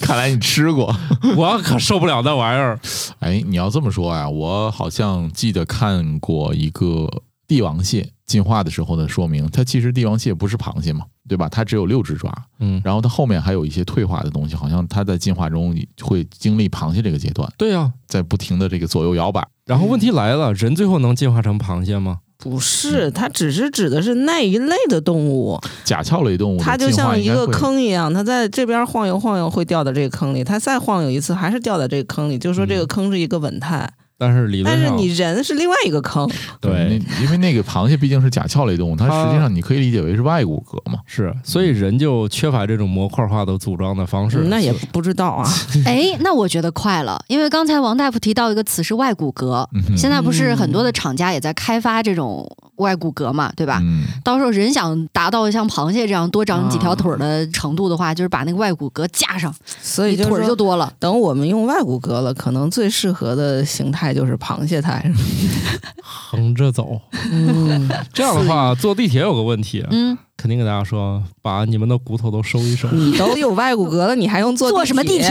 [SPEAKER 2] 看来你吃过。
[SPEAKER 1] 我可受不了那玩意儿。
[SPEAKER 2] 哎，你要这么说呀，我好像记得看过一个帝王蟹进化的时候的说明，它其实帝王蟹不是螃蟹嘛，对吧？它只有六只爪，
[SPEAKER 1] 嗯，
[SPEAKER 2] 然后它后面还有一些退化的东西，好像它在进化中会经历螃蟹这个阶段，
[SPEAKER 1] 对呀、啊
[SPEAKER 2] 在不停的这个左右摇摆。
[SPEAKER 1] 然后问题来了，人最后能进化成螃蟹吗？
[SPEAKER 3] 不是，它只是指的是那一类的动物，
[SPEAKER 2] 甲壳类动物的
[SPEAKER 3] 它就
[SPEAKER 2] 进化
[SPEAKER 3] 像一
[SPEAKER 2] 应该
[SPEAKER 3] 个
[SPEAKER 2] 会，
[SPEAKER 3] 坑一样，它在这边晃悠晃悠会掉到这个坑里，它再晃悠一次还是掉到这个坑里，就说这个坑是一个稳态。
[SPEAKER 1] 但是嗯理
[SPEAKER 3] 但
[SPEAKER 1] 论
[SPEAKER 3] 是
[SPEAKER 1] 上，
[SPEAKER 3] 你人是另外一个坑，
[SPEAKER 1] 对
[SPEAKER 2] 那因为那个螃蟹毕竟是甲壳类动物，它
[SPEAKER 1] 它
[SPEAKER 2] 实际上你可以理解为是外骨骼嘛。
[SPEAKER 1] 是，所以人就缺乏这种模块化的组装的方式。
[SPEAKER 3] 嗯那也不知道 啊。
[SPEAKER 4] 哎，那我觉得快了，因为刚才王大夫提到一个词是外骨骼，
[SPEAKER 2] 嗯哼
[SPEAKER 4] 现在不是很多的厂家也在开发这种外骨骼嘛，对吧？
[SPEAKER 2] 嗯，
[SPEAKER 4] 到时候人想达到像螃蟹这样多长几
[SPEAKER 2] 啊
[SPEAKER 4] 条腿儿的程度的话，就是把那个外骨骼架上，
[SPEAKER 3] 所
[SPEAKER 4] 你
[SPEAKER 3] 以就是
[SPEAKER 4] 腿儿就
[SPEAKER 3] 说，
[SPEAKER 4] 多了。
[SPEAKER 3] 等我们用外骨骼了，可能最适合的形态就是螃蟹态，
[SPEAKER 1] 横着 走。
[SPEAKER 3] 嗯，
[SPEAKER 1] 这样的话，坐地铁有个问题啊，
[SPEAKER 4] 嗯，
[SPEAKER 1] 肯定给大家说，把你们的骨头都收一收。
[SPEAKER 3] 你都有外骨骼了，你还用坐
[SPEAKER 4] 坐什么地铁？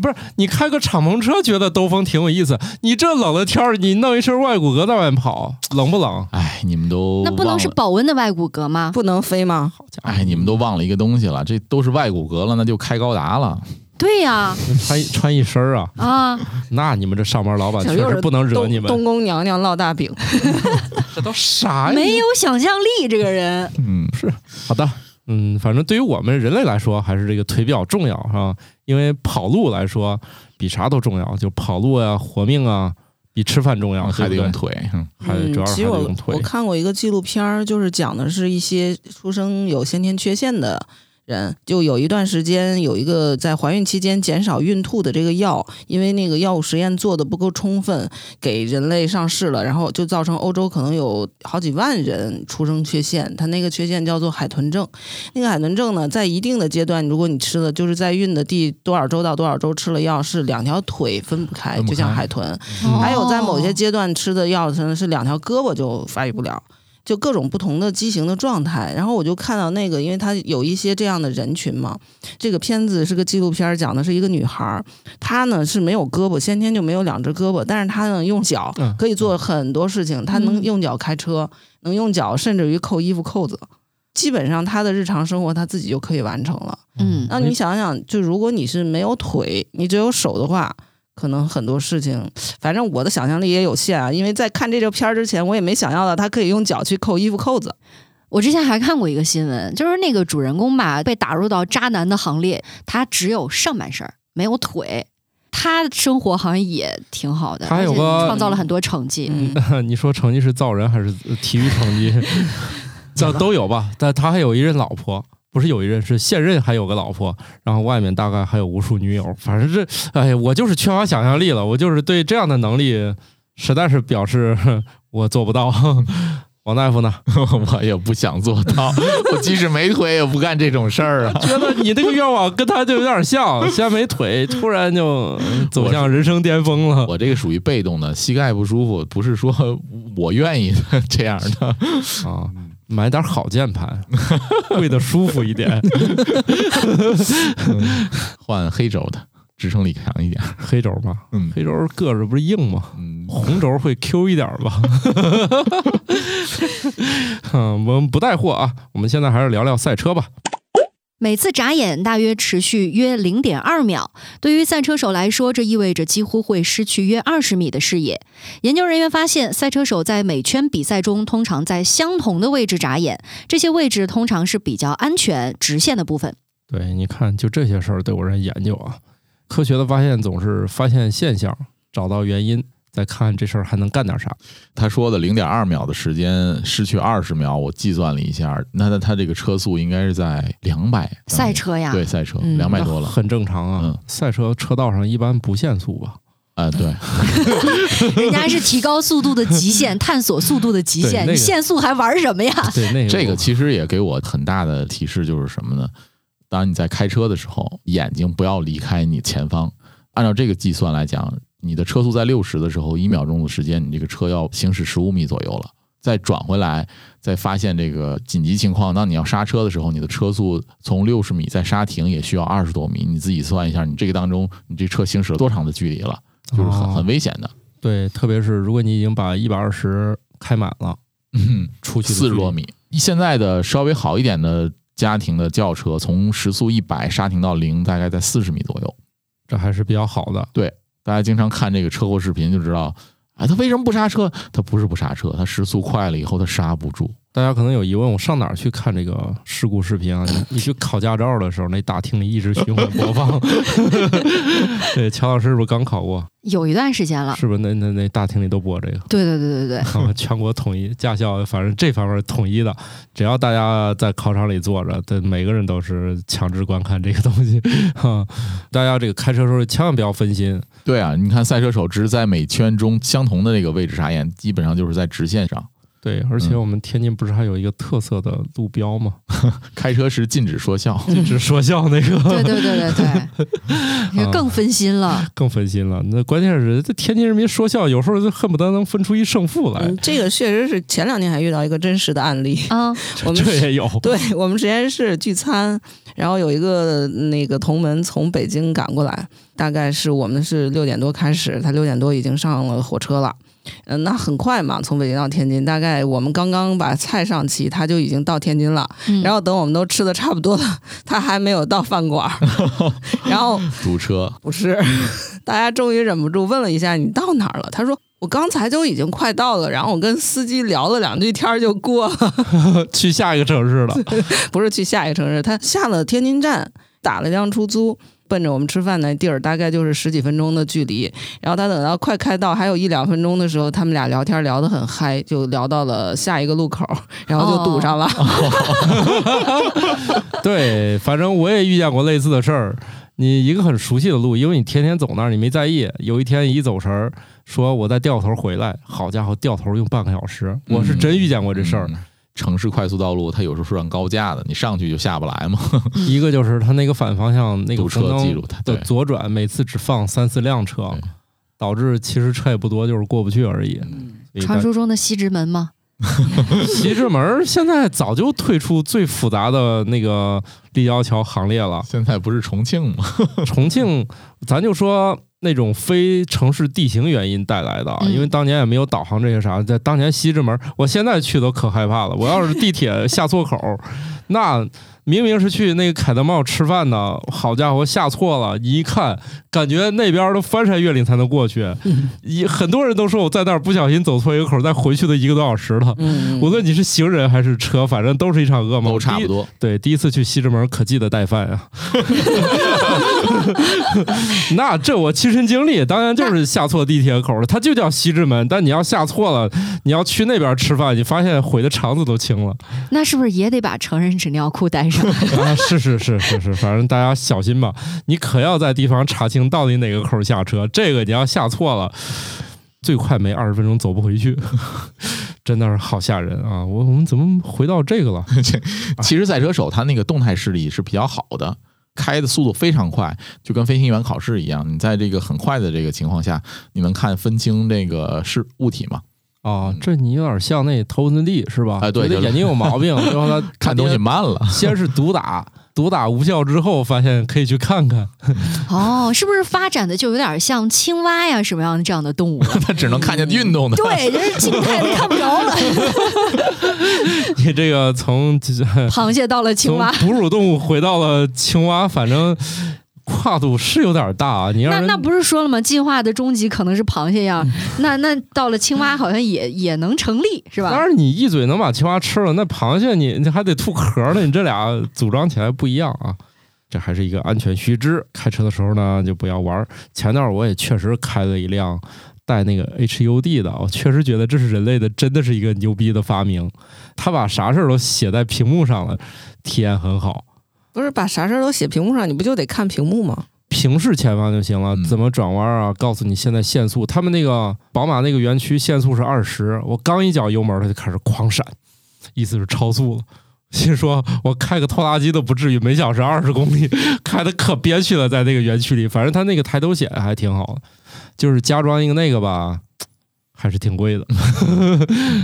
[SPEAKER 1] 不是，你开个敞篷车觉得兜风挺有意思，你这冷的天儿，你弄一身外骨骼在外面跑，冷不冷？
[SPEAKER 2] 哎，你们都
[SPEAKER 4] 那不能
[SPEAKER 2] 忘
[SPEAKER 4] 是
[SPEAKER 2] 了
[SPEAKER 4] 保温的外骨骼吗？
[SPEAKER 3] 不能飞吗？
[SPEAKER 1] 好家伙，
[SPEAKER 2] 哎，你们都忘了一个东西了，这都是外骨骼了，那就开高达了。
[SPEAKER 4] 对呀、
[SPEAKER 1] 穿一穿一身儿啊，
[SPEAKER 4] 啊，
[SPEAKER 1] 那你们这上班老板
[SPEAKER 3] 小
[SPEAKER 1] 啊确
[SPEAKER 3] 六
[SPEAKER 1] 实
[SPEAKER 3] 是
[SPEAKER 1] 不能惹你
[SPEAKER 3] 东东
[SPEAKER 1] 们。
[SPEAKER 3] 宫娘娘烙大饼，
[SPEAKER 1] 这都啥呀？
[SPEAKER 4] 没有想象力这个人。
[SPEAKER 2] 嗯，
[SPEAKER 1] 好的，嗯，反正对于我们人类来说，还是这个腿比较重要啊，因为跑路来说比啥都重要，就跑路呀、活命啊，比吃饭重要，
[SPEAKER 2] 还得
[SPEAKER 1] 对不
[SPEAKER 2] 用
[SPEAKER 1] 对
[SPEAKER 2] 腿。嗯
[SPEAKER 1] 还得主要是
[SPEAKER 3] 其实
[SPEAKER 1] 还得
[SPEAKER 3] 我
[SPEAKER 1] 用腿
[SPEAKER 3] 我。看过一个纪录片儿，就是讲的是一些出生有先天缺陷的人，就有一段时间有一个在怀孕期间减少孕吐的这个药，因为那个药物实验做的不够充分，给人类上市了，然后就造成欧洲可能有好几万人出生缺陷，它那个缺陷叫做海豚症。那个海豚症呢，在一定的阶段，如果你吃了就是在孕的第多少周到多少周吃了药，是两条腿分不开，
[SPEAKER 2] 分不
[SPEAKER 3] 就像
[SPEAKER 2] 开
[SPEAKER 3] 海豚。
[SPEAKER 2] 嗯
[SPEAKER 4] 哦
[SPEAKER 3] 还有在某些阶段吃的药，可能是两条胳膊就发育不了，就各种不同的畸形的状态。然后我就看到那个，因为他有一些这样的人群嘛。这个片子是个纪录片，讲的是一个女孩儿，她呢是没有胳膊，先天就没有两只胳膊，但是她呢用脚
[SPEAKER 1] 嗯
[SPEAKER 3] 可以做很多事情，她能
[SPEAKER 4] 嗯
[SPEAKER 3] 用脚开车，能用脚甚至于扣衣服扣子。基本上她的日常生活她自己就可以完成了。
[SPEAKER 4] 嗯
[SPEAKER 3] 那你想想，就如果你是没有腿，你只有手的话，可能很多事情，反正我的想象力也有限啊。因为在看这个片儿之前，我也没想到到他可以用脚去扣衣服扣子。
[SPEAKER 4] 我之前还看过一个新闻，就是那个主人公吧被打入到渣男的行列，他只有上半身儿，没有腿。他生活好像也挺好的，
[SPEAKER 1] 他
[SPEAKER 4] 而
[SPEAKER 1] 有
[SPEAKER 4] 且
[SPEAKER 1] 个
[SPEAKER 4] 创造了很多成绩。
[SPEAKER 3] 嗯，
[SPEAKER 1] 你说成绩是造人还是体育成绩？这都有吧？但他还有一任老婆，不是有一任，是现任还有个老婆，然后外面大概还有无数女友。反正这，哎呀，我就是缺乏想象力了，我就是对这样的能力，实在是表示哼我做不到。 王大夫呢？
[SPEAKER 2] 我也不想做 到，我即使没腿也不干这种事儿啊。
[SPEAKER 1] 觉得你这个愿望跟他就有点像，先没腿，突然就嗯走向人生巅峰了。
[SPEAKER 2] 我这个属于被动的，膝盖不舒服，不是说我愿意 的这样的。
[SPEAKER 1] 啊，买点好键盘，跪的舒服一点。
[SPEAKER 2] 换黑轴的，支撑力强一点。
[SPEAKER 1] 黑轴嘛，
[SPEAKER 2] 嗯
[SPEAKER 1] 黑轴个子不是硬吗？
[SPEAKER 2] 嗯，
[SPEAKER 1] 红轴会 Q 一点儿吧。 嗯，我们不带货啊，我们现在还是聊聊赛车吧。
[SPEAKER 4] 每次眨眼大约持续约零点二秒，对于赛车手来说，这意味着几乎会失去约二十米的视野。研究人员发现，赛车手在每圈比赛中通常在相同的位置眨眼，这些位置通常是比较安全直线的部分。
[SPEAKER 1] 对，你看，就这些事儿对我这研究啊，科学的发现总是发现现象，找到原因，再看这事儿还能干点啥。
[SPEAKER 2] 他说的零点二秒的时间失去二十秒，我计算了一下，那他他这个车速应该是在两百
[SPEAKER 4] 赛车啊呀，
[SPEAKER 2] 对赛车
[SPEAKER 3] 嗯
[SPEAKER 2] 两百多了
[SPEAKER 1] 很正常啊。
[SPEAKER 2] 嗯
[SPEAKER 1] 赛车车道上一般不限速吧？
[SPEAKER 2] 啊，对，
[SPEAKER 4] 人家是提高速度的极 限，探索速度的极
[SPEAKER 1] 对
[SPEAKER 4] 限，
[SPEAKER 1] 那个
[SPEAKER 4] 你限速还玩什么呀？
[SPEAKER 1] 对，那
[SPEAKER 2] 这个其实也给我很大的提示，就是什么呢？当你在开车的时候，眼睛不要离开你前方。按照这个计算来讲，你的车速在六十的时候，一秒钟的时间，你这个车要行驶十五米左右了。再转回来，再发现这个紧急情况，当你要刹车的时候，你的车速从六十米再刹停也需要二十多米。你自己算一下，你这个当中，你这车行驶了多长的距离了，就是很
[SPEAKER 1] 哦
[SPEAKER 2] 很危险的。
[SPEAKER 1] 对，特别是如果你已经把一百二十开满了，出去的
[SPEAKER 2] 四十
[SPEAKER 1] 距离
[SPEAKER 2] 多米。现在的稍微好一点的家庭的轿车，从时速一百刹停到零，大概在四十米左右。
[SPEAKER 1] 这还是比较好的。
[SPEAKER 2] 大家经常看这个车祸视频就知道，啊，他为什么不刹车？他不是不刹车，他时速快了以后他刹不住。
[SPEAKER 1] 大家可能有疑问，我上哪儿去看这个事故视频啊？你你去考驾照的时候，那大厅里一直循环播放。对，乔老师是不是刚考过？
[SPEAKER 4] 有一段时间了，
[SPEAKER 1] 是不是那那那大厅里都播这个？
[SPEAKER 4] 对对对对对，
[SPEAKER 1] 啊，全国统一驾校，反正这方面统一的，只要大家在考场里坐着，对每个人都是强制观看这个东西。 哈，大家这个开车时候千万不要分心，
[SPEAKER 2] 对啊，你看赛车手只是在每圈中相同的这个位置刹眼，基本上就是在直线上。
[SPEAKER 1] 对，而且
[SPEAKER 2] 嗯
[SPEAKER 1] 我们天津不是还有一个特色的路标吗？
[SPEAKER 2] 开车时禁止说笑，
[SPEAKER 1] 禁止说笑那个，
[SPEAKER 4] 对对对对对，就 更分心了。
[SPEAKER 1] 更分心了。那关键是这天津人民说笑，有时候就恨不得能分出一胜负 来
[SPEAKER 3] 嗯，，这个确实是前两天还遇到一个真实的案例，
[SPEAKER 4] 啊，
[SPEAKER 3] 我 们
[SPEAKER 1] 这也有。
[SPEAKER 3] 对我们实验室聚餐，然后有一个那个同门从北京赶过来，大概是我们是六点多开始，他六点多已经上了火车了。嗯，那很快嘛，从北京到天津，大概我们刚刚把菜上齐，他就已经到天津了。
[SPEAKER 4] 嗯
[SPEAKER 3] 然后等我们都吃的差不多了，他还没有到饭馆儿。然后
[SPEAKER 2] 堵车，
[SPEAKER 3] 不是， 大家终于忍不住问了一下你到哪儿了。他说我刚才就已经快到了，然后我跟司机聊了两句天儿就过了。
[SPEAKER 1] 去下一个城市了，
[SPEAKER 3] 不是去下一个城市，他下了天津站，打了辆出租，奔着我们吃饭那地儿，大概就是十几分钟的距离。然后他等到快开到还有一两分钟的时候，他们俩聊天聊得很嗨，就聊到了下一个路口， 然后就堵上了。
[SPEAKER 1] 哦对，反正我也遇见过类似的事儿。你一个很熟悉的路，因为你天天走那儿，你没在意。有一天一走神儿，说我再掉头回来，好家伙，掉头用半个小时，
[SPEAKER 3] 嗯
[SPEAKER 1] 我是真遇见过这事儿。
[SPEAKER 2] 嗯城市快速道路它有时候是让高架的，你上去就下不来嘛。
[SPEAKER 3] 嗯
[SPEAKER 1] 一个就是他那个反方向那个
[SPEAKER 2] 堵车
[SPEAKER 1] 红灯
[SPEAKER 2] 记录它
[SPEAKER 1] 的
[SPEAKER 2] 对
[SPEAKER 1] 左转，每次只放三四辆车
[SPEAKER 2] 对，。
[SPEAKER 1] 导致其实车也不多，就是过不去而已。
[SPEAKER 3] 嗯
[SPEAKER 1] 所以大
[SPEAKER 4] 传说中的西直门嘛，
[SPEAKER 1] 西直门儿现在早就退出最复杂的那个立交桥行列了
[SPEAKER 2] 现在不是重庆吗？
[SPEAKER 1] 重庆，咱就说那种非城市地形原因带来的啊，
[SPEAKER 4] 嗯
[SPEAKER 1] 因为当年也没有导航这些啥，在当年西直门儿，我现在去都可害怕了。我要是地铁下错口儿，那明明是去那个凯德茂吃饭呢，好家伙，下错了，一看感觉那边儿都翻山越岭才能过去。一很多人都说我在那儿不小心走错一个口儿，再回去的一个多小时了。
[SPEAKER 3] 嗯，
[SPEAKER 1] 无论你是行人还是车，反正都是一场噩梦。
[SPEAKER 2] 都差
[SPEAKER 1] 第
[SPEAKER 2] 不
[SPEAKER 1] 一。
[SPEAKER 2] 多。
[SPEAKER 1] 对，第一次去西直门，可记得带饭啊呀、 那这我亲身经历，当然就是下错地铁口了。它就叫西直门，但你要下错了，你要去那边吃饭，你发现悔的肠子都青了。
[SPEAKER 4] 那是不是也得把成人纸尿裤 带上？
[SPEAKER 1] 啊，是是是是是，反正大家小心吧，你可要在地方查清到底哪个口下车，这个你要下错了，最快没二十分钟走不回去， 真的是好吓人啊！我我们怎么回到这个了？
[SPEAKER 2] 其实赛车手他那个动态视力是比较好的，开的速度非常快，就跟飞行员考试一样。你在这个很快的这个情况下，你能看分清这个是物体嘛？
[SPEAKER 1] 哦，这你有点像那头文字 D 是吧？
[SPEAKER 2] 嗯哎对
[SPEAKER 1] 觉得
[SPEAKER 2] 就
[SPEAKER 1] 眼睛有毛 病，然后他
[SPEAKER 2] 看东西，慢了
[SPEAKER 1] 他，先是毒打， 毒打无效之后，发现可以去看 看，
[SPEAKER 4] 哦，是不是发展的就有点像青蛙呀什么样的这样的动物 了？
[SPEAKER 2] 他只能看见运动的。
[SPEAKER 4] 对，就是静态的看不着 了。
[SPEAKER 1] 你这个从
[SPEAKER 4] 螃蟹到了青
[SPEAKER 1] 从
[SPEAKER 4] 蛙，
[SPEAKER 1] 哺乳动物回到了青蛙，反正跨度是有点大啊。你让
[SPEAKER 4] 那
[SPEAKER 1] 人
[SPEAKER 4] 那不是说了吗？进化的终极可能是螃蟹样，那那到了青蛙好像也也能成立，是
[SPEAKER 1] 当
[SPEAKER 4] 吧？
[SPEAKER 1] 然，你一嘴能把青蛙吃了，那螃蟹你你还得吐壳呢，你这俩组装起来不一样啊。这还是一个安全须知，开车的时候呢就不要玩儿。前段儿我也确实开了一辆带那个 HUD 的，我确实觉得这是人类的真的是一个牛逼的发明，他把啥事儿都写在屏幕上了，体验很好。
[SPEAKER 3] 不是把啥事儿都写屏幕上，你不就得看屏幕吗？
[SPEAKER 1] 平视前方就行了
[SPEAKER 2] 嗯，
[SPEAKER 1] 怎么转弯啊？告诉你现在限速，他们那个宝马那个园区限速是二十，我刚一脚油门，它就开始狂闪，意思是超速了。心说，我开个拖拉机都不至于每小时二十公里，开的可憋屈了，在那个园区里。反正他那个抬头显还挺好的，就是加装一个那个吧，还是挺贵的。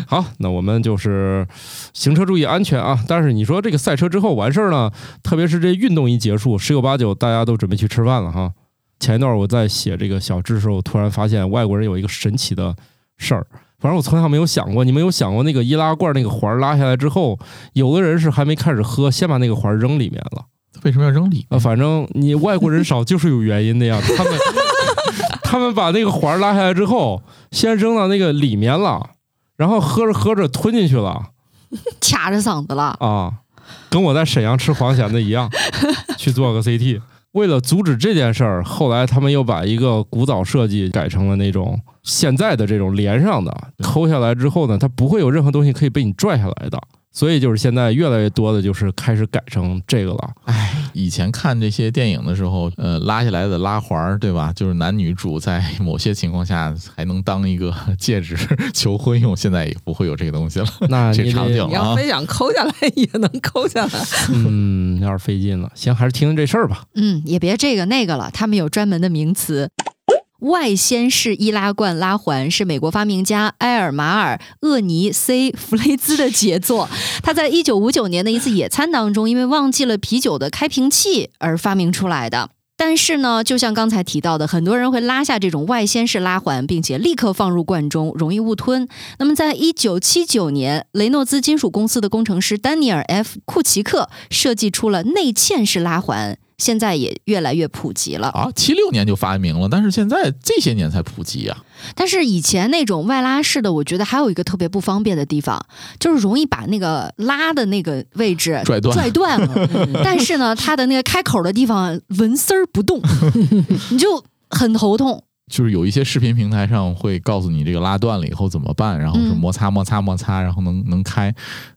[SPEAKER 1] 好，那我们就是行车注意安全啊。但是你说这个赛车之后完事儿呢，特别是这运动一结束，十有八九大家都准备去吃饭了哈。前一段我在写这个小志的时候，我突然发现外国人有一个神奇的事儿，反正我从来没有想过。你们有想过那个易拉罐那个环儿拉下来之后，有的人是还没开始喝，先把那个环儿扔里面了。
[SPEAKER 2] 为什么要扔礼？
[SPEAKER 1] 啊，反正你外国人少就是有原因的呀。他们他们把那个环儿拉下来之后，先扔到那个里面了，然后喝着喝着吞进去了
[SPEAKER 4] 卡着嗓子了，
[SPEAKER 1] 啊，跟我在沈阳吃黄蚬的一样，去做个 CT。为了阻止这件事儿，后来他们又把一个古早设计改成了那种现在的这种连上的，抠下来之后呢，它不会有任何东西可以被你拽下来的，所以就是现在越来越多的就是开始改成这个了。
[SPEAKER 2] 哎以前看这些电影的时候，呃，拉下来的拉环儿，对吧？就是男女主在某些情况下还能当一个戒指 求婚用，现在也不会有这个东西了。
[SPEAKER 1] 那
[SPEAKER 2] 这
[SPEAKER 1] 你
[SPEAKER 2] 场景
[SPEAKER 1] 得
[SPEAKER 2] 了
[SPEAKER 3] 你要
[SPEAKER 2] 啊，
[SPEAKER 3] 非想抠下来也能 抠下来，
[SPEAKER 1] 嗯，有点费劲了。行，还是听听这事儿吧。
[SPEAKER 4] 嗯，也别这个那个了，他们有专门的名词。外掀式易拉罐拉环是美国发明家埃尔马尔·厄尼 ·C· 弗雷兹的杰作。他在一九五九年的一次野餐当中，因为忘记了啤酒的开瓶器而发明出来的。但是呢，就像刚才提到的，很多人会拉下这种外掀式拉环，并且立刻放入罐中，容易误吞。那么，在一九七九年，雷诺兹金属公司的工程师丹尼尔 ·F· 库奇克设计出了内嵌式拉环，现在也越来越普及了。
[SPEAKER 2] 啊，七六年就发明了，但是现在这些年才普及啊。
[SPEAKER 4] 但是以前那种外拉式的，我觉得还有一个特别不方便的地方，就是容易把那个拉的那个位置
[SPEAKER 2] 拽断
[SPEAKER 4] 拽断 了。但是呢，它的那个开口的地方纹丝儿不动，你就很头痛。
[SPEAKER 2] 就是有一些视频平台上会告诉你这个拉断了以后怎么办，然后是
[SPEAKER 4] 嗯
[SPEAKER 2] 摩擦摩擦摩擦，然后能能开，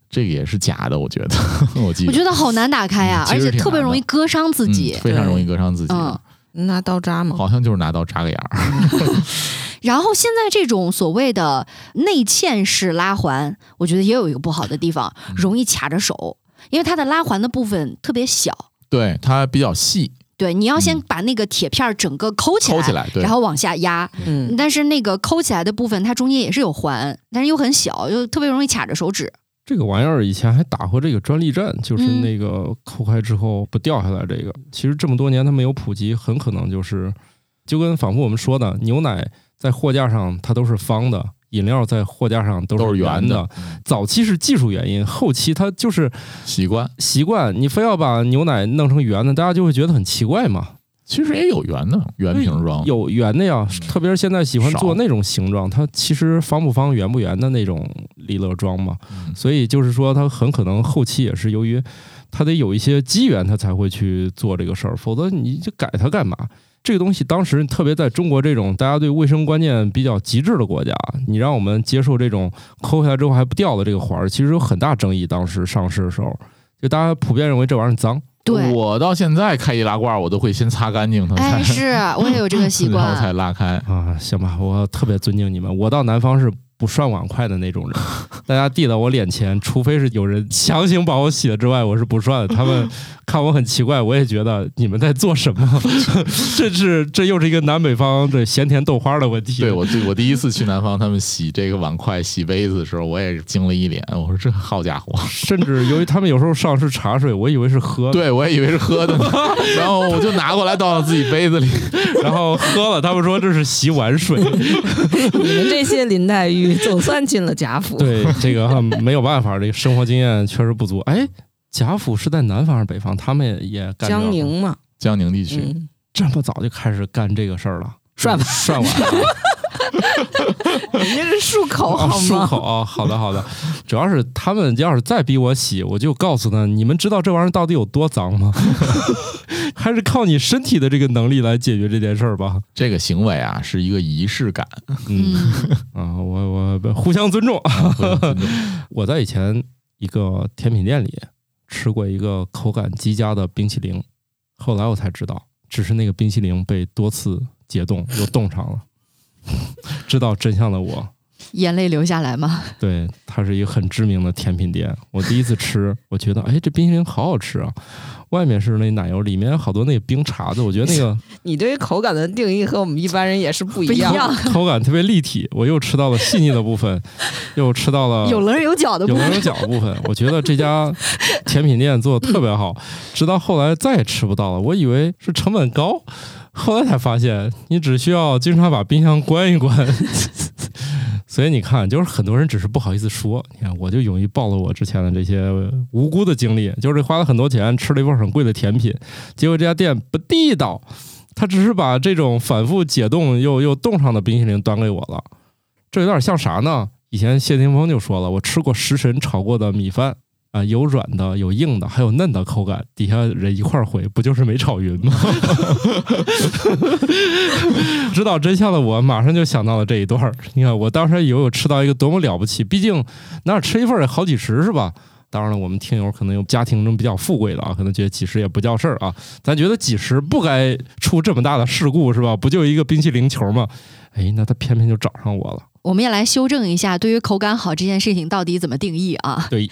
[SPEAKER 2] 这个也是假的，我觉得， 我记
[SPEAKER 4] 我
[SPEAKER 2] 得，
[SPEAKER 4] 觉得好难打开啊，
[SPEAKER 2] 嗯
[SPEAKER 4] 而
[SPEAKER 2] 其实
[SPEAKER 4] 且
[SPEAKER 2] 挺
[SPEAKER 4] 特别
[SPEAKER 2] 难的
[SPEAKER 4] 容易割伤自己
[SPEAKER 2] 嗯、。非常容易割伤自己，
[SPEAKER 4] 嗯
[SPEAKER 3] 拿刀扎嘛。
[SPEAKER 2] 好像就是拿刀扎个眼儿。
[SPEAKER 4] 然后现在这种所谓的内嵌式拉环，我觉得也有一个不好的地方，
[SPEAKER 2] 嗯
[SPEAKER 4] 容易卡着手，因为它的拉环的部分特别小。
[SPEAKER 2] 对，它比较细，
[SPEAKER 4] 对，你要先
[SPEAKER 2] 嗯
[SPEAKER 4] 把那个铁片儿整个抠起来，
[SPEAKER 2] 抠起来，对
[SPEAKER 4] 然，后往下压。
[SPEAKER 1] 哦
[SPEAKER 3] 嗯，
[SPEAKER 4] 但是那个抠起来的部分，它中间也是有环，但是又很小，就特别容易卡着手指。
[SPEAKER 1] 这个玩意儿以前还打过这个专利战，就是
[SPEAKER 4] 嗯
[SPEAKER 1] 那个抠开之后不掉下来这个。其实这么多年它没有普及，很可能就是就跟仿佛我们说的，牛奶在货架上它都是方的，饮料在货架上都
[SPEAKER 2] 都是
[SPEAKER 1] 是圆
[SPEAKER 2] 圆的，嗯
[SPEAKER 1] 早期是技术原因，后期它就是
[SPEAKER 2] 习惯。
[SPEAKER 1] 习惯，你非要把牛奶弄成圆的，大家就会觉得很奇怪嘛。
[SPEAKER 2] 其实也有圆的圆瓶装，
[SPEAKER 1] 有圆的呀，特别是现在喜欢
[SPEAKER 2] 哦嗯少
[SPEAKER 1] 做那种形状，它其实方不方、圆不圆的那种利乐装嘛。
[SPEAKER 2] 嗯
[SPEAKER 1] 所以就是说，它很可能后期也是由于它得有一些机缘，它才会去做这个事儿，否则你就改它干嘛？这个东西当时，特别在中国这种大家对卫生观念比较极致的国家，你让我们接受这种抠下来之后还不掉的这个环儿，其实有很大争议。当时上市的时候，就大家普遍认为这玩意儿脏，
[SPEAKER 4] 对，
[SPEAKER 2] 我到现在开易拉罐，我都会先擦干净它，
[SPEAKER 4] 哎，
[SPEAKER 2] 才
[SPEAKER 4] 是我也有这个习
[SPEAKER 2] 然后才
[SPEAKER 4] 惯。
[SPEAKER 2] 拉开。
[SPEAKER 1] 啊，行吧，我特别尊敬你们。我到南方是不涮碗筷的那种人， 大家递到我脸前，除非是有人强行把我洗了之外，我是不涮的。他 们看我很奇怪，我也觉得你们在做什么？这是这又是一个南北方这咸甜豆花的问题。
[SPEAKER 2] 对我对我第一次去南方，他们洗这个碗筷、洗杯子的时候，我也是惊了一脸。我说这好家伙，
[SPEAKER 1] 甚至由于他们有时候上是茶水，我以为是喝的，
[SPEAKER 2] 对我也以为是喝的呢，然后我就拿过来倒到自己杯子里。
[SPEAKER 1] 然后喝了，他们说这是洗碗 水。
[SPEAKER 3] 你们这些林黛玉总算进了贾府。
[SPEAKER 1] 对这个哈没有办法，这个生活经验确实不足。哎，贾府是在南方还是北方？他们也也干这个
[SPEAKER 3] 江宁嘛，
[SPEAKER 2] 江宁地区，
[SPEAKER 3] 嗯，
[SPEAKER 1] 这么早就开始干这个事儿了，
[SPEAKER 3] 涮吧
[SPEAKER 1] 涮碗啊
[SPEAKER 3] 人家是漱口
[SPEAKER 1] 啊，
[SPEAKER 3] 好
[SPEAKER 1] 漱
[SPEAKER 3] 吗？
[SPEAKER 1] 口啊，好的好的。主要是他们要是再逼我洗，我就告诉他，你们知道这玩意儿到底有多脏吗？ 还是靠你身体的这个能力来解决这件事儿吧。
[SPEAKER 2] 这个行为啊是一个仪式感，
[SPEAKER 1] 嗯
[SPEAKER 4] 嗯，
[SPEAKER 1] 啊，我我互相尊重。
[SPEAKER 2] 啊互相尊重
[SPEAKER 1] 我在以前一个甜品店里吃过一个口感极佳的冰淇淋，后来我才知道，只是那个冰淇淋被多次解冻又冻上了。 知道真相的我，
[SPEAKER 4] 眼泪流下来吗？
[SPEAKER 1] 对，它是一个很知名的甜品店。我第一次吃， 我觉得哎，这冰淇淋好好吃啊！外面是那奶油，里面有好多那个冰碴子，我觉得那个
[SPEAKER 3] 你对口感的定义和我们一般人也是不一样。
[SPEAKER 4] 不一样
[SPEAKER 1] 口感特别立体。我又吃到了细腻的部分，又吃到了
[SPEAKER 4] 有棱有角的部
[SPEAKER 1] 有棱有
[SPEAKER 4] 分。
[SPEAKER 1] 角的部分。我觉得这家甜品店做的特别 好，直到后来再也吃不到了。我以为是成本高，后来才发现你只需要经常把冰箱关一关。 所以你看，就是很多人只是不好意思说。你看，我就勇于暴露我之前的这些无辜的经历，就是花了很多钱吃了一份很贵的甜品，结果这家店不地道，他只是把这种反复解冻又又冻上的冰淇淋端给我了。这有点像啥呢？以前谢霆锋就说了，我吃过食神炒过的米饭啊、有软的，有硬的，还有嫩的口感，底下人一块儿回，不就是没炒匀吗？ 知道真相的我，马上就想到了这一段儿。你看，我当时以为我吃到一个多么了不起，毕竟哪儿吃一份儿也好几十是吧？当然了，我们听友可能有家庭中比较富贵的啊，可能觉得几十也不叫事儿啊。咱觉得几十不该出这么大的事故是吧？不就一个冰淇淋球吗？哎，那他偏偏就找上我了。
[SPEAKER 4] 我们也来修正一下，对于口感好这件事情到底怎么定义啊？
[SPEAKER 1] 对，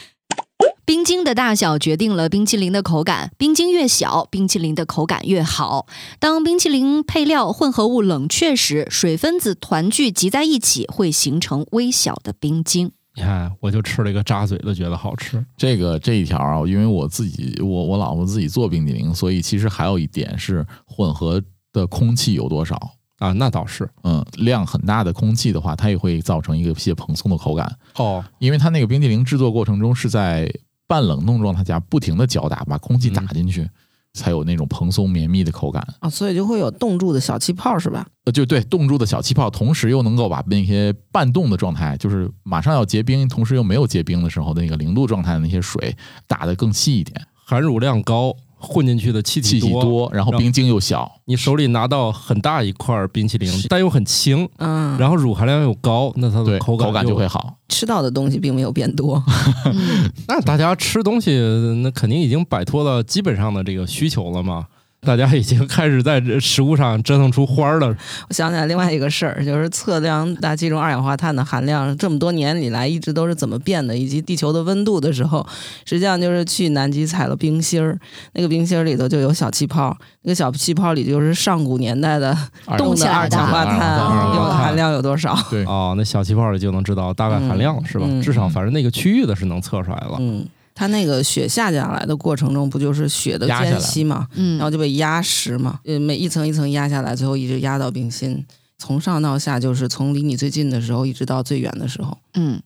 [SPEAKER 4] 冰晶的大小决定了冰淇淋的口感，冰晶越小，冰淇淋的口感越好。当冰淇淋配料混合物冷却时，水分子团聚集在一起，会形成微小的冰晶。
[SPEAKER 1] 你看，我就吃了一个扎嘴的，觉得好吃。
[SPEAKER 2] 这个这一条啊，因为我自己我我老婆自己做冰激凌，所以其实还有一点是混合的空气有多少。
[SPEAKER 1] 啊，那倒是
[SPEAKER 2] 嗯，量很大的空气的话，它也会造成一个些蓬松的口感，
[SPEAKER 1] 哦，
[SPEAKER 2] 因为它那个冰激凌制作过程中是在半冷冻状态下不停的搅打，把空气打进去，才有那种蓬松绵密的口感。
[SPEAKER 3] 啊，所以就会有冻住的小气泡是吧？
[SPEAKER 2] 呃，就对，冻住的小气泡，同时又能够把那些半冻的状态，就是马上要结冰，同时又没有结冰的时候的那个零度状态的那些水打得更细一点，
[SPEAKER 1] 含乳量高，混进去的气
[SPEAKER 2] 气
[SPEAKER 1] 体
[SPEAKER 2] 体多，然后冰晶又小，
[SPEAKER 1] 你手里拿到很大一块冰淇淋，但又很轻，
[SPEAKER 3] 嗯，
[SPEAKER 1] 然后乳含量又高，那它
[SPEAKER 2] 对，
[SPEAKER 1] 的
[SPEAKER 2] 口
[SPEAKER 1] 感
[SPEAKER 2] 感就
[SPEAKER 1] 就
[SPEAKER 2] 会。好。
[SPEAKER 3] 吃到的东西并没有变多，
[SPEAKER 4] 嗯，
[SPEAKER 1] 那大家吃东西，那肯定已经摆脱了基本上的这个需求了嘛？大家已经开始在这食物上折腾出花儿了。
[SPEAKER 3] 我想起来另外一个事儿，就是测量大气中二氧化碳的含量，这么多年以来一直都是怎么变的，以及地球的温度的时候，实际上就是去南极采了冰芯儿，那个冰芯儿里头就有小气泡，那个小气泡里就是上古年代的
[SPEAKER 2] 二
[SPEAKER 4] 冻
[SPEAKER 3] 冻
[SPEAKER 4] 起
[SPEAKER 3] 的
[SPEAKER 4] 来
[SPEAKER 3] 二
[SPEAKER 4] 的
[SPEAKER 3] 氧化碳
[SPEAKER 2] 二氧化碳
[SPEAKER 3] 有的含量有多少。
[SPEAKER 2] 对
[SPEAKER 1] 哦，那小气泡里就能知道大概含量了，
[SPEAKER 3] 嗯
[SPEAKER 1] 是吧？
[SPEAKER 3] 嗯
[SPEAKER 1] 至少反正那个区域的是能测出来了。
[SPEAKER 3] 嗯，它那个雪下下来的过程中，不就是雪的
[SPEAKER 2] 压下来
[SPEAKER 3] 间隙嘛，
[SPEAKER 4] 嗯
[SPEAKER 3] 然后就被压实嘛，呃，每一层一层压下来，最后一直压到冰心。从上到下，就是从离你最近的时候，一直到最远的时候。
[SPEAKER 4] 嗯，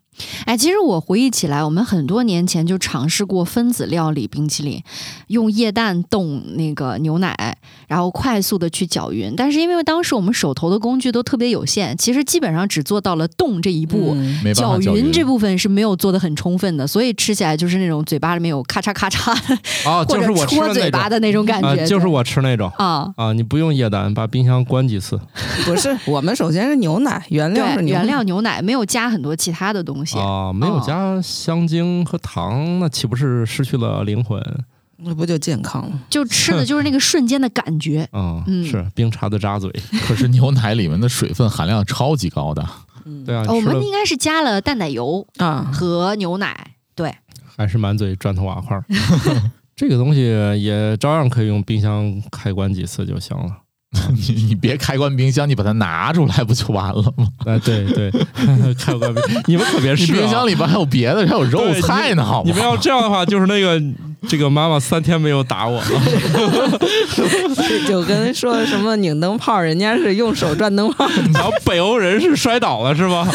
[SPEAKER 4] 哎，其实我回忆起来，我们很多年前就尝试过分子料理冰淇淋，用液氮冻那个牛奶，然后快速的去搅匀。但是因为当时我们手头的工具都特别有限，其实基本上只做到了冻这一步。
[SPEAKER 3] 嗯
[SPEAKER 2] 没办法
[SPEAKER 4] 搅
[SPEAKER 2] 搅
[SPEAKER 4] 匀这部分是没有做的很充分的，所以吃起来就是那种嘴巴里面有咔嚓咔嚓的，
[SPEAKER 1] 哦，就
[SPEAKER 4] 或者
[SPEAKER 1] 是我吃
[SPEAKER 4] 戳
[SPEAKER 1] 的
[SPEAKER 4] 嘴
[SPEAKER 1] 那
[SPEAKER 4] 巴
[SPEAKER 1] 种
[SPEAKER 4] 的那种感
[SPEAKER 1] 啊
[SPEAKER 4] 觉，，
[SPEAKER 1] 就是我吃那种
[SPEAKER 4] 啊，
[SPEAKER 1] 啊，你不用液氮，把冰箱关几次
[SPEAKER 3] 不是，我们首先是牛奶，原料是
[SPEAKER 4] 对，
[SPEAKER 3] 牛奶
[SPEAKER 4] 原料牛奶没有加很多其他的东西，
[SPEAKER 1] 啊，没
[SPEAKER 4] 哦
[SPEAKER 1] 有加香精和糖，那岂不是失去了灵魂？
[SPEAKER 3] 那不就健康了？
[SPEAKER 4] 就吃的就是那个瞬间的感觉。
[SPEAKER 1] 啊，
[SPEAKER 4] 嗯
[SPEAKER 1] 是冰碴子扎嘴，
[SPEAKER 2] 可是牛奶里面的水分含量超级高 的，
[SPEAKER 3] 嗯，
[SPEAKER 1] 对啊，
[SPEAKER 4] 哦我
[SPEAKER 1] 吃了嗯
[SPEAKER 4] 们应该是加了淡奶油
[SPEAKER 3] 啊，
[SPEAKER 4] 和牛奶，对，
[SPEAKER 1] 还是满嘴砖头瓦 块儿。 这个东西也照样可以用冰箱开关几次就行了。
[SPEAKER 2] 你你别开关冰箱，你把它拿出来不就完了吗？
[SPEAKER 1] 哎，对对， 开关冰，你们可别
[SPEAKER 2] 你
[SPEAKER 1] 试、啊。
[SPEAKER 2] 冰箱里边还有别的，还有肉
[SPEAKER 1] 对
[SPEAKER 2] 菜呢，好吗？
[SPEAKER 1] 你们要这样的话，就是那个这个妈妈三天没有打我了。
[SPEAKER 3] 就跟说什么拧灯泡，人家是用手转灯泡，
[SPEAKER 1] 然后北欧人是摔倒了是吧？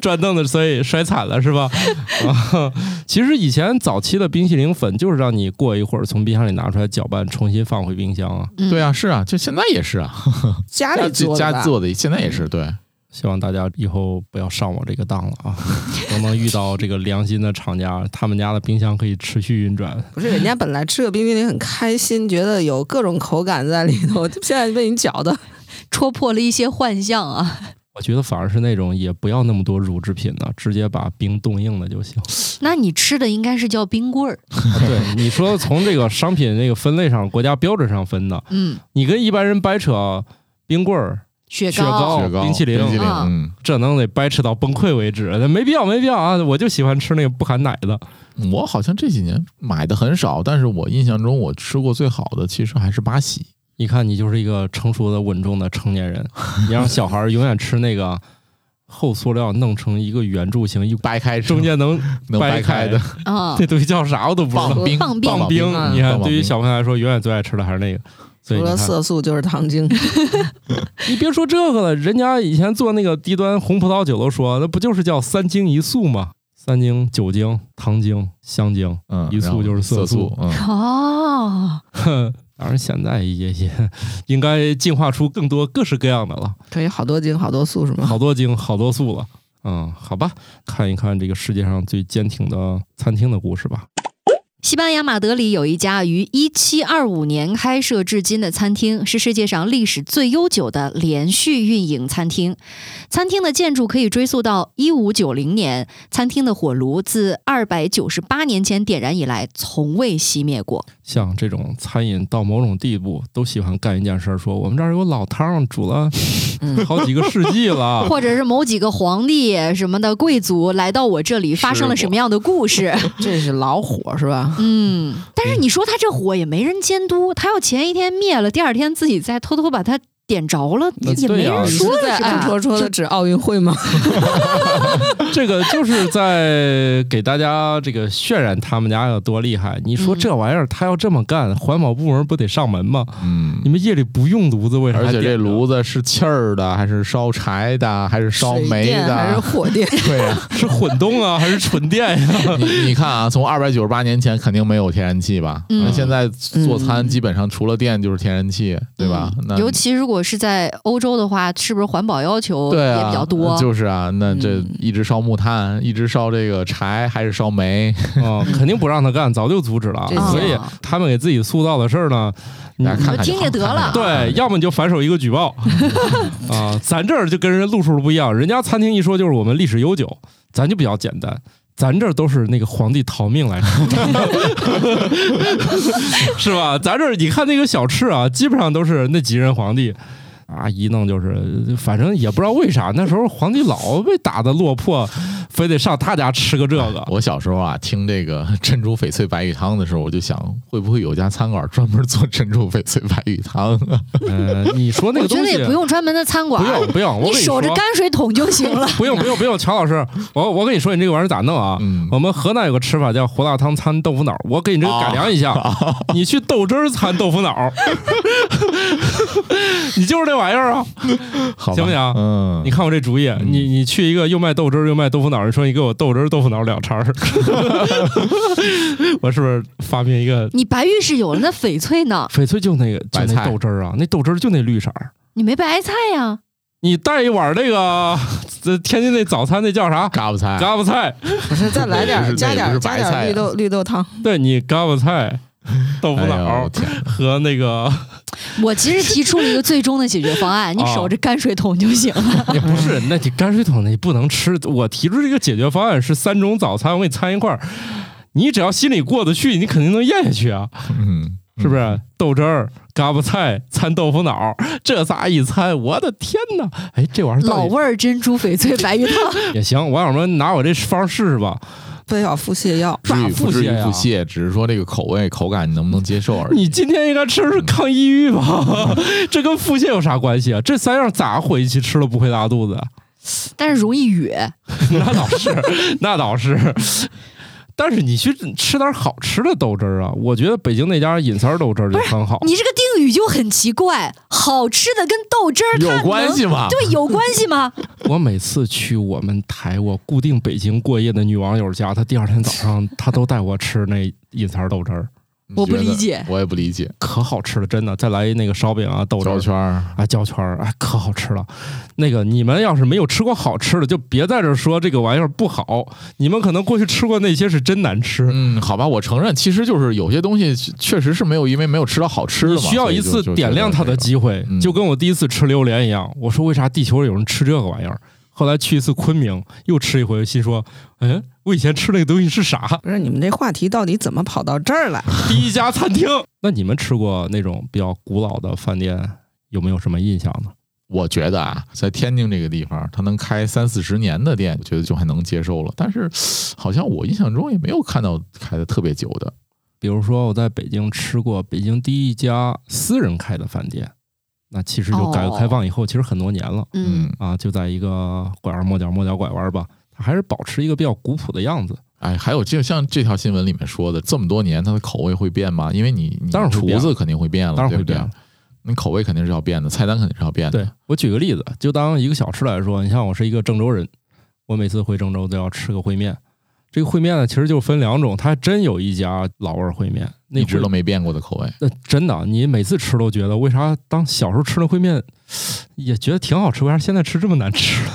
[SPEAKER 1] 转凳子，所以摔惨了是吧？ 啊，其实以前早期的冰淇淋粉就是让你过一会儿从冰箱里拿出来搅拌，重新放回冰箱啊。
[SPEAKER 4] 嗯
[SPEAKER 2] 对啊，是啊，就现在也是啊，
[SPEAKER 3] 家里做的吧
[SPEAKER 2] 家做的现在也是对。
[SPEAKER 1] 希望大家以后不要上我这个当了啊！都能遇到这个良心的厂家，他们家的冰箱可以持续运转。
[SPEAKER 3] 不是人家本来吃个冰淇淋很开心，觉得有各种口感在里头，现在被你搅的，
[SPEAKER 4] 戳破了一些幻象啊。
[SPEAKER 1] 我觉得反而是那种也不要那么多乳制品的，直接把冰冻硬了就行。
[SPEAKER 4] 那你吃的应该是叫冰棍儿，
[SPEAKER 1] 啊对，你说从这个商品这个分类上，国家标准上分的，
[SPEAKER 4] 嗯，
[SPEAKER 1] 你跟一般人掰扯冰棍儿，
[SPEAKER 4] 雪
[SPEAKER 1] 雪糕
[SPEAKER 2] 雪糕、
[SPEAKER 1] 哦冰淇淋
[SPEAKER 2] 冰淇淋，
[SPEAKER 4] 啊
[SPEAKER 2] 嗯，
[SPEAKER 1] 这能得掰扯到崩溃为止，那没必要，没必要啊！我就喜欢吃那个不含奶的。
[SPEAKER 2] 我好像这几年买的很少，但是我印象中我吃过最好的其实还是巴西。
[SPEAKER 1] 一看你就是一个成熟的、稳重的成年人， 你让小孩儿永远吃那个厚塑料弄成一个圆柱形，一
[SPEAKER 2] 掰开
[SPEAKER 1] 中间能
[SPEAKER 2] 能
[SPEAKER 1] 开
[SPEAKER 2] 掰开的
[SPEAKER 4] 啊
[SPEAKER 1] 那，东西叫啥我都不知道。
[SPEAKER 2] 棒冰，
[SPEAKER 4] 棒冰
[SPEAKER 2] 棒
[SPEAKER 1] 冰，你看，
[SPEAKER 2] 棒
[SPEAKER 1] 对于
[SPEAKER 2] 冰
[SPEAKER 1] 小朋友来说，永远最爱吃的还是那个。所以
[SPEAKER 3] 除
[SPEAKER 1] 你
[SPEAKER 3] 了
[SPEAKER 1] 看，
[SPEAKER 3] 色素就是糖精。
[SPEAKER 1] 你别说这个了，人家以前做那个低端红葡萄酒都说，那不就是叫三精一素吗？三精：酒精、糖精、香精。
[SPEAKER 2] 嗯，
[SPEAKER 1] 一
[SPEAKER 2] 然
[SPEAKER 1] 醋
[SPEAKER 2] 后
[SPEAKER 1] 就是色
[SPEAKER 2] 色
[SPEAKER 1] 素，
[SPEAKER 2] 嗯，
[SPEAKER 4] 哦，
[SPEAKER 1] 哼， 当然现在也也应该进化出更多各式各样的了，
[SPEAKER 3] 可以好多精好多素是吗？
[SPEAKER 1] 好多精，好多素了。嗯，好吧，看一看这个世界上最坚挺的餐厅的故事吧。
[SPEAKER 4] 西班牙马德里有一家于1725年开设至今的餐厅，是世界上历史最悠久的连续运营餐厅。餐厅的建筑可以追溯到1590年，餐厅的火炉自298年前点燃以来从未熄灭过。
[SPEAKER 1] 像这种餐饮到某种地步，都喜欢干一件事儿，说我们这儿有老汤煮了好几个世纪了，
[SPEAKER 4] 或者是某几个皇帝什么的贵族来到我这里，发生了什么样的故事？
[SPEAKER 3] 这是老火是吧？
[SPEAKER 4] 嗯，但是你说他这火也没人监督，他要前一天灭了，第二天自己再偷偷把它点着了，
[SPEAKER 1] 那
[SPEAKER 4] 也
[SPEAKER 1] 对
[SPEAKER 4] 没
[SPEAKER 1] 呀
[SPEAKER 2] 啊
[SPEAKER 4] 人
[SPEAKER 1] 你
[SPEAKER 3] 你
[SPEAKER 4] 说
[SPEAKER 3] 是在
[SPEAKER 4] 了
[SPEAKER 3] 暗
[SPEAKER 4] 啥。
[SPEAKER 3] 戳戳的指奥运会吗？
[SPEAKER 1] 这个就是在给大家这个渲染他们家有多厉害。你说这玩意儿他要这么干，环保部门不得上门吗？
[SPEAKER 2] 嗯
[SPEAKER 1] 你，们夜里不用炉子，为啥？
[SPEAKER 2] 而且这炉子是气儿的，还是烧柴的，还是烧
[SPEAKER 3] 水
[SPEAKER 2] 煤
[SPEAKER 3] 电还是
[SPEAKER 2] 的？
[SPEAKER 3] 火电？
[SPEAKER 2] 对呀、
[SPEAKER 1] 是混动啊，还是纯电呀、
[SPEAKER 2] 你你看啊，从二百九十八年前肯定没有天然气吧？
[SPEAKER 4] 嗯
[SPEAKER 2] 那现在做餐基本上除了电就是天然气，对吧？
[SPEAKER 1] 嗯
[SPEAKER 2] 那
[SPEAKER 4] 嗯尤其如果是在欧洲的话，是不是环保要求
[SPEAKER 2] 对
[SPEAKER 4] 也
[SPEAKER 2] 啊，
[SPEAKER 4] 比较多？
[SPEAKER 2] 就是啊，那这
[SPEAKER 3] 嗯
[SPEAKER 2] 一直烧木炭，一直烧这个柴，还是烧煤，
[SPEAKER 1] 哦，肯定不让他干，早就阻止了。啊
[SPEAKER 3] 这些
[SPEAKER 1] 所以他们给自己塑造的事儿呢，你
[SPEAKER 2] 大家看看就
[SPEAKER 4] 听
[SPEAKER 2] 好
[SPEAKER 4] 听得了
[SPEAKER 2] 看看就 好
[SPEAKER 1] 对，啊要么你就反手一个举 报啊！咱这儿就跟人家路数不一样，人家餐厅一说就是我们历史悠久，咱就比较简单。咱这儿都是那个皇帝逃命 来着，是吧？咱这儿你看那个小吃啊，基本上都是那几任皇帝啊，一弄就是，反正也不知道为啥，那时候皇帝老被打的落魄，非得上他家吃个这 个。
[SPEAKER 2] 我小时候啊，听这个珍珠翡翠白玉汤的时候，我就想，会不会有家餐馆专门做珍珠�翡翠白玉汤？啊
[SPEAKER 1] 嗯、你说那
[SPEAKER 4] 我
[SPEAKER 1] 个
[SPEAKER 4] 觉
[SPEAKER 1] 东
[SPEAKER 4] 得
[SPEAKER 1] 西
[SPEAKER 4] 也不用专门的餐馆
[SPEAKER 1] 不，用不用，我
[SPEAKER 4] 你
[SPEAKER 1] 跟
[SPEAKER 4] 守
[SPEAKER 1] 说
[SPEAKER 4] 着泔水桶就行了。
[SPEAKER 1] 不用不用不用，乔老师，我我跟你说，你这个玩意儿咋弄啊？
[SPEAKER 2] 嗯
[SPEAKER 1] 我们河南有个吃法叫胡辣汤掺豆腐脑，我给你这个改良一下，
[SPEAKER 2] 哦
[SPEAKER 1] 你去豆汁儿 掺豆腐脑，你就是这玩意儿啊！
[SPEAKER 2] 好吧
[SPEAKER 1] 行不行
[SPEAKER 2] 嗯，
[SPEAKER 1] 你看我这主意，你你去一个又卖豆汁儿又卖豆腐脑儿，你说你给我豆汁儿豆腐脑儿两 茬儿，我是不是发明一个？
[SPEAKER 4] 你白玉是有了那翡翠呢，
[SPEAKER 1] 翡翠就那个就
[SPEAKER 2] 白
[SPEAKER 1] 那
[SPEAKER 2] 菜
[SPEAKER 1] 豆汁儿啊，那豆汁儿就那绿色儿。
[SPEAKER 4] 你没白菜呀、
[SPEAKER 1] 你带一碗那个，这天津那早餐那叫啥？
[SPEAKER 2] 嘎巴菜，
[SPEAKER 1] 嘎巴菜，
[SPEAKER 3] 不是，再来点
[SPEAKER 2] 不
[SPEAKER 3] 儿，
[SPEAKER 2] 是
[SPEAKER 3] 加点
[SPEAKER 2] 那也
[SPEAKER 3] 儿，
[SPEAKER 2] 不是
[SPEAKER 3] 加
[SPEAKER 2] 白
[SPEAKER 3] 点儿
[SPEAKER 2] 菜
[SPEAKER 3] 绿豆绿豆汤。
[SPEAKER 1] 对你嘎巴 菜、豆腐
[SPEAKER 2] 哎
[SPEAKER 1] 脑
[SPEAKER 2] 呦
[SPEAKER 1] 儿
[SPEAKER 2] 我 天，
[SPEAKER 1] 和那个
[SPEAKER 4] 我其实提出了一个最终的解决方案，你
[SPEAKER 1] 哦
[SPEAKER 4] 守着泔水桶就行了。
[SPEAKER 1] 也不是，那你泔水桶那不能吃。我提出这个解决方案是三种早餐，我给你掺一块儿，你只要心里过得去，你肯定能咽下去啊，
[SPEAKER 2] 嗯，
[SPEAKER 1] 是不是？豆汁儿、嘎巴菜掺豆腐脑儿，这仨一掺，我的天哪！哎，这玩意儿
[SPEAKER 4] 老
[SPEAKER 1] 到底
[SPEAKER 4] 味儿珍珠翡翠白玉汤，
[SPEAKER 1] 也行，我要不然拿我这方试试吧。
[SPEAKER 3] 非要腹啊泻药，
[SPEAKER 2] 至于不至于
[SPEAKER 1] 大腹泻呀
[SPEAKER 2] 腹泻，只是说这个口味口感你能不能接受而已。
[SPEAKER 1] 你今天应该吃的是抗抑郁吧？ 这跟腹泻有啥关系啊？这三样咋混一起吃了不会拉肚子？啊
[SPEAKER 4] 但是容易哕。
[SPEAKER 1] 那倒是，那倒是。但是你去吃点好吃的豆汁儿啊！我觉得北京那家隐三儿豆汁儿就很好。
[SPEAKER 4] 你这个定语就很奇怪，好吃的跟豆汁儿它
[SPEAKER 2] 有关系
[SPEAKER 4] 能
[SPEAKER 2] 吗？
[SPEAKER 4] 对，有关系吗？
[SPEAKER 1] 我每次去我们台我固定北京过夜的女网友家，她第二天早上她都带我吃那隐三儿豆汁儿，
[SPEAKER 2] 你
[SPEAKER 4] 我不
[SPEAKER 2] 觉得
[SPEAKER 4] 理解
[SPEAKER 2] 我也不理解。
[SPEAKER 1] 可好吃了，真的。再来那个烧饼啊，豆汁
[SPEAKER 2] 绕
[SPEAKER 1] 儿
[SPEAKER 2] 圈儿，
[SPEAKER 1] 啊，焦圈儿，哎，可好吃了。那个你们要是没有吃过好吃的，就别在这儿说这个玩意儿不好。你们可能过去吃过那些是真难吃。
[SPEAKER 2] 嗯，好吧，我承认，其实就是有些东西确实是没有，因为没有吃到好吃的
[SPEAKER 1] 你
[SPEAKER 2] 嘛，
[SPEAKER 1] 需要一次点亮它
[SPEAKER 2] 它
[SPEAKER 1] 的机会，
[SPEAKER 2] 嗯
[SPEAKER 1] 就跟我第一次吃榴莲一样。我说为啥地球有人吃这个玩意儿？后来去一次昆明，又吃一回，心说，嗯，我以前吃那个东西是啥？
[SPEAKER 3] 不是你们这话题到底怎么跑到这儿来？
[SPEAKER 1] 第一家餐厅。那你们吃过那种比较古老的饭店，有没有什么印象呢？
[SPEAKER 2] 我觉得啊，在天津这个地方，它能开三四十年的店，我觉得就还能接受了。但是，好像我印象中也没有看到开的特别久的。
[SPEAKER 1] 比如说我在北京吃过北京第一家私人开的饭店，那其实就改革开放以后，其实很多年了
[SPEAKER 4] 嗯
[SPEAKER 2] 嗯，
[SPEAKER 1] 啊，就在一个拐弯抹角抹角拐弯吧，它还是保持一个比较古朴的样子。
[SPEAKER 2] 哎，还有就像这条新闻里面说的，这么多年它的口味会变吗？因为你，你
[SPEAKER 1] 当然会
[SPEAKER 2] 厨
[SPEAKER 1] 变
[SPEAKER 2] 子肯定会变了，
[SPEAKER 1] 当然会
[SPEAKER 2] 对不对
[SPEAKER 1] 变了。
[SPEAKER 2] 那口味肯定是要变的，菜单肯定是要变的。
[SPEAKER 1] 对我举个例子，就当一个小吃来说，你像我是一个郑州人，我每次回郑州都要吃个烩面。这个烩面呢，其实就分两种，它还真有一家老味儿烩面，那
[SPEAKER 2] 一直
[SPEAKER 1] 烩
[SPEAKER 2] 都没变过的口味。
[SPEAKER 1] 那呃真的，啊你每次吃都觉得为啥当小时候吃那烩面也觉得挺好吃，为啥现在吃这么难吃了？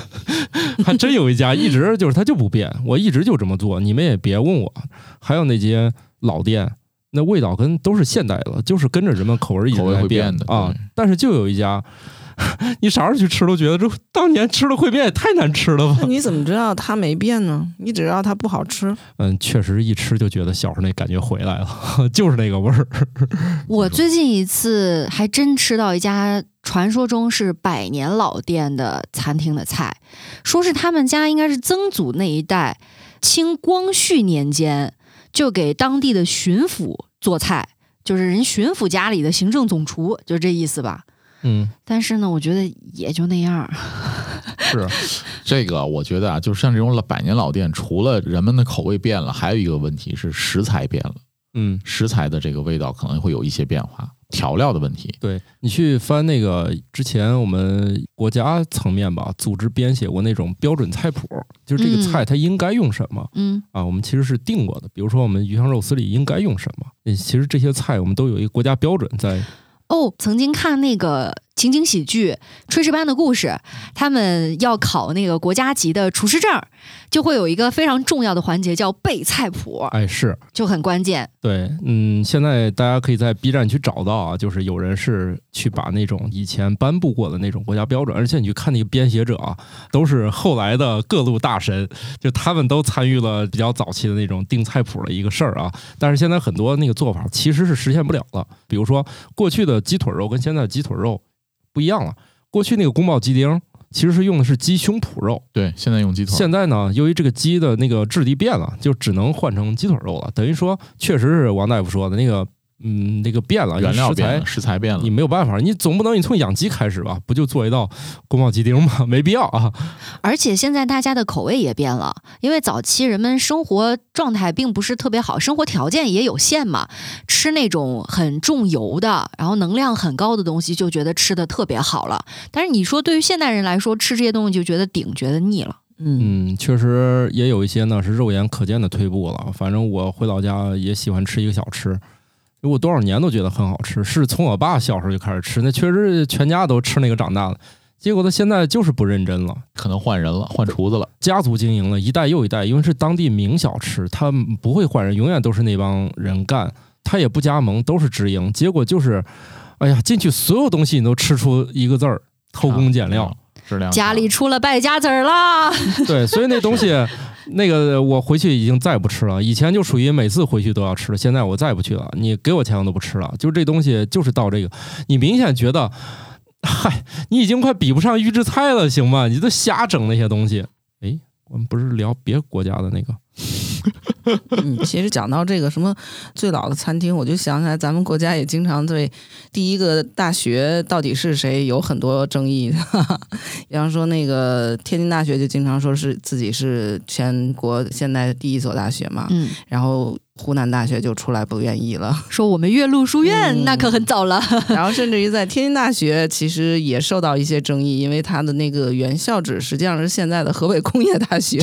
[SPEAKER 1] 还真有一家一直就是它就不变，我一直就这么做，你们也别问我。还有那些老店，那味道跟都是现代的，就是跟着人们口味一直
[SPEAKER 2] 口味
[SPEAKER 1] 在
[SPEAKER 2] 会变的
[SPEAKER 1] 啊
[SPEAKER 2] 对。
[SPEAKER 1] 但是就有一家， 你啥时候去吃都觉得这当年吃的烩面也太难吃了吧
[SPEAKER 3] 那？你怎么知道它没变呢？你只知道它不好吃。
[SPEAKER 1] 嗯，确实一吃就觉得小时候那感觉回来了， 就是那个味儿。
[SPEAKER 4] 我最近一次还真吃到一家传说中是百年老店的餐厅的菜，说是他们家应该是曾祖那一代，清光绪年间就给当地的巡抚做菜，就是人巡抚家里的行政总厨，就这意思吧。
[SPEAKER 1] 嗯，
[SPEAKER 4] 但是呢，我觉得也就那样儿。
[SPEAKER 2] 是这个，我觉得啊，就是像这种老百年老店，除了人们的口味变了，还有一个问题是食材变了，
[SPEAKER 1] 嗯，
[SPEAKER 2] 食材的这个味道可能会有一些变化，调料的问题。
[SPEAKER 1] 对你去翻那个之前我们国家层面吧，组织编写过那种标准菜谱，就是这个
[SPEAKER 4] 嗯
[SPEAKER 1] 菜它应该用什么。
[SPEAKER 4] 嗯
[SPEAKER 1] 啊，我们其实是定过的。比如说，我们鱼香肉丝里应该用什么？嗯其实这些菜我们都有一个国家标准在。
[SPEAKER 4] 哦，曾经看那个情景喜剧《炊事班的故事》，他们要考那个国家级的厨师证儿，就会有一个非常重要的环节叫背菜谱，
[SPEAKER 1] 哎，是
[SPEAKER 4] 就很关键。
[SPEAKER 1] 对，嗯，现在大家可以在 B 站去找到啊，就是有人是去把那种以前颁布过的那种国家标准，而且你去看那个编写者啊，都是后来的各路大神，就他们都参与了比较早期的那种定菜谱的一个事儿啊。但是现在很多那个做法其实是实现不了的，比如说过去的鸡腿肉跟现在的鸡腿肉不一样了，过去那个宫保鸡丁其实是用的是鸡胸脯肉，
[SPEAKER 2] 对，现在用鸡 腿，
[SPEAKER 1] 现在呢，由于这个鸡的那个质地变了，就只能换成鸡腿肉了。等于说，确实是王大夫说的那个，嗯，那个变了，
[SPEAKER 2] 原料
[SPEAKER 1] 你食
[SPEAKER 2] 变
[SPEAKER 1] 材
[SPEAKER 2] 了，食材变了
[SPEAKER 1] 你。没有办法，你总不能你从养鸡开始吧？不就做一道宫保鸡丁吗？没必要啊。
[SPEAKER 4] 而且现在大家的口味也变了，因为早期人们生活状态并不是特别好，生活条件也有限嘛，吃那种很重油的，然后能量很高的东西，就觉得吃的特别好了。但是你说对于现代人来说，吃这些东西就觉得顶，觉得腻了。
[SPEAKER 3] 嗯，
[SPEAKER 1] 嗯，确实也有一些呢是肉眼可见的退步了。反正我回老家也喜欢吃一个小吃，因为我多少年都觉得很好吃，是从我爸小时候就开始吃，那确实全家都吃那个长大的。结果他现在就是不认真了，
[SPEAKER 2] 可能换人了，换厨子了。
[SPEAKER 1] 家族经营了一代又一代，因为是当地名小吃，他不会换人，永远都是那帮人干，他也不加盟，都是直营。结果就是，哎呀，进去所有东西你都吃出一个字儿“偷 工减料
[SPEAKER 2] 啊，质量
[SPEAKER 4] 家 里出了败家子儿啦。”。
[SPEAKER 1] 对，所以那东西，那个我回去已经再也不吃了。以前就属于每次回去都要吃，现在我再也不去了。你给我钱我都不吃了，就这东西就是到这个，你明显觉得，嗨，你已经快比不上预制菜了，行吗？你都瞎整那些东西。哎，我们不是聊别国家的那个。
[SPEAKER 3] 嗯，其实讲到这个什么最老的餐厅，我就想起来咱们国家也经常对第一个大学到底是谁有很多争议。 比方说那个天津大学就经常说是自己是全国现在第一所大学嘛，
[SPEAKER 4] 嗯，
[SPEAKER 3] 然后湖南大学就出来不愿意了。
[SPEAKER 4] 说我们岳麓书院、
[SPEAKER 3] 嗯
[SPEAKER 4] 那可很早 了。
[SPEAKER 3] 然后甚至于在天津大学，其实也受到一些争议，因为它的那个原校址实际上是现在的河北工业大 学。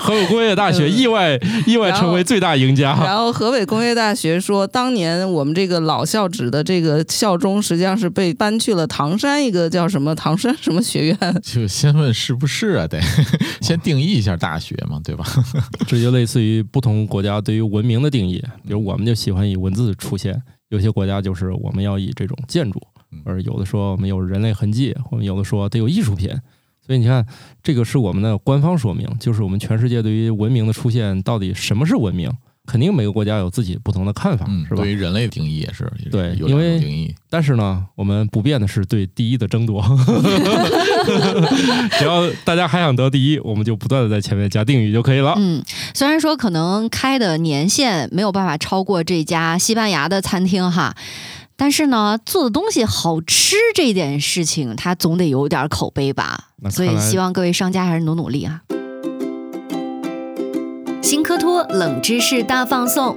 [SPEAKER 1] 河北工业大学意外意外成为最大赢家。
[SPEAKER 3] 嗯然后河北工业大学说，当年我们这个老校址的这个校钟，实际上是被搬去了唐山一个叫什么唐山什么学院。
[SPEAKER 2] 就先问是不是 啊？得先定义一下大学嘛，对吧？
[SPEAKER 1] 这就类似于不同国家对于文明的定义，比如我们就喜欢以文字出现，有些国家就是我们要以这种建筑
[SPEAKER 2] 嗯，
[SPEAKER 1] 而有的说我们有人类痕迹，我们有的说得有艺术品。所以你看，这个是我们的官方说明，就是我们全世界对于文明的出现到底什么是文明，肯定每个国家有自己不同的看法，
[SPEAKER 2] 嗯，
[SPEAKER 1] 是吧
[SPEAKER 2] 对？于人类定义也是，也是
[SPEAKER 1] 对因
[SPEAKER 2] 有两
[SPEAKER 1] 为
[SPEAKER 2] 种定义。
[SPEAKER 1] 但是呢，我们不变的是对第一的争夺。 只要大家还想得第一，我们就不断的在前面加定语就可以了。
[SPEAKER 4] 嗯，虽然说可能开的年限没有办法超过这家西班牙的餐厅哈，但是呢，做的东西好吃这件事情，它总得有点口碑吧
[SPEAKER 1] 那。
[SPEAKER 4] 所
[SPEAKER 1] 看
[SPEAKER 4] 以
[SPEAKER 1] 来
[SPEAKER 4] 希望各位商家还是努努力啊。
[SPEAKER 5] 新科托冷知识大放送。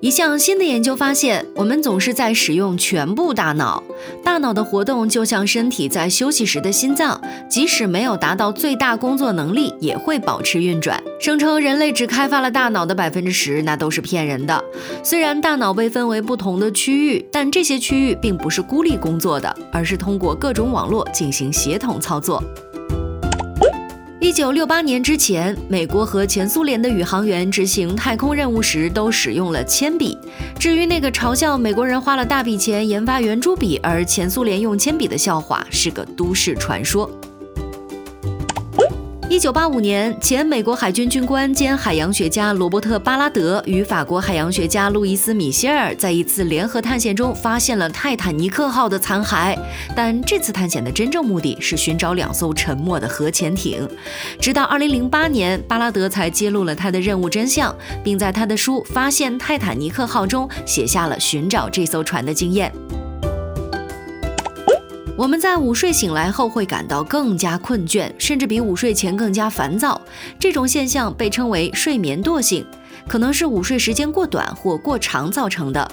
[SPEAKER 4] 一项新的研究发现，我们总是在使用全部大脑，大脑的活动就像身体在休息时的心脏，即使没有达到最大工作能力，也会保持运转。声称人类只开发了大脑的百分之十，那都是骗人的。虽然大脑被分为不同的区域，但这些区域并不是孤立工作的，而是通过各种网络进行协同操作。一九六八年之前，美国和前苏联的宇航员执行太空任务时都使用了铅笔。至于那个嘲笑美国人花了大笔钱研发圆珠笔，而前苏联用铅笔的笑话，是个都市传说。一九八五年，前美国海军军官兼海洋学家罗伯特·巴拉德与法国海洋学家路易斯·米歇尔在一次联合探险中发现了泰坦尼克号的残骸，但这次探险的真正目的是寻找两艘沉没的核潜艇。直到二零零八年，巴拉德才揭露了他的任务真相，并在他的书《发现泰坦尼克号》中写下了寻找这艘船的经验。我们在午睡醒来后会感到更加困倦，甚至比午睡前更加烦躁。这种现象被称为睡眠惰性，可能是午睡时间过短或过长造成的。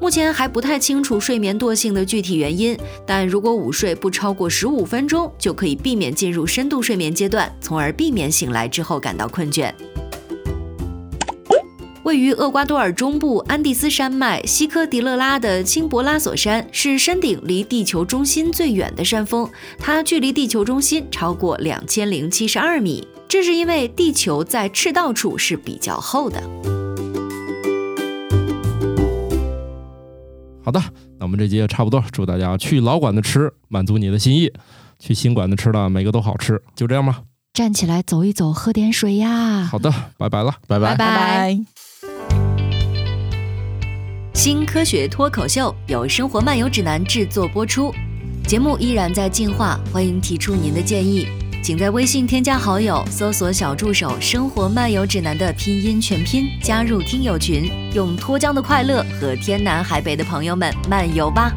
[SPEAKER 4] 目前还不太清楚睡眠惰性的具体原因，但如果午睡不超过十五分钟，就可以避免进入深度睡眠阶段，从而避免醒来之后感到困倦。位于厄瓜多尔中部安第斯山脉西科迪勒拉的钦博拉索山是山顶离地球中心最远的山峰，它距离地球中心超过两千零七十二米。这是因为地球在赤道处是比较厚的。
[SPEAKER 1] 好的，那我们这集也差不多，祝大家去老馆子吃，满足你的心意；去新馆子吃呢，每个都好吃。就这样吧。
[SPEAKER 6] 站起来走一走，喝点水
[SPEAKER 4] 啊
[SPEAKER 6] 呀。
[SPEAKER 1] 好的，拜拜了。
[SPEAKER 2] 拜拜
[SPEAKER 6] 拜。
[SPEAKER 3] 拜。
[SPEAKER 4] 新科学脱口秀由生活漫游指南制作播出，节目依然在进化，欢迎提出您的建议，请在微信添加好友，搜索小助手“生活漫游指南”的拼音全拼，加入听友群，用脱缰的快乐和天南海北的朋友们漫游吧。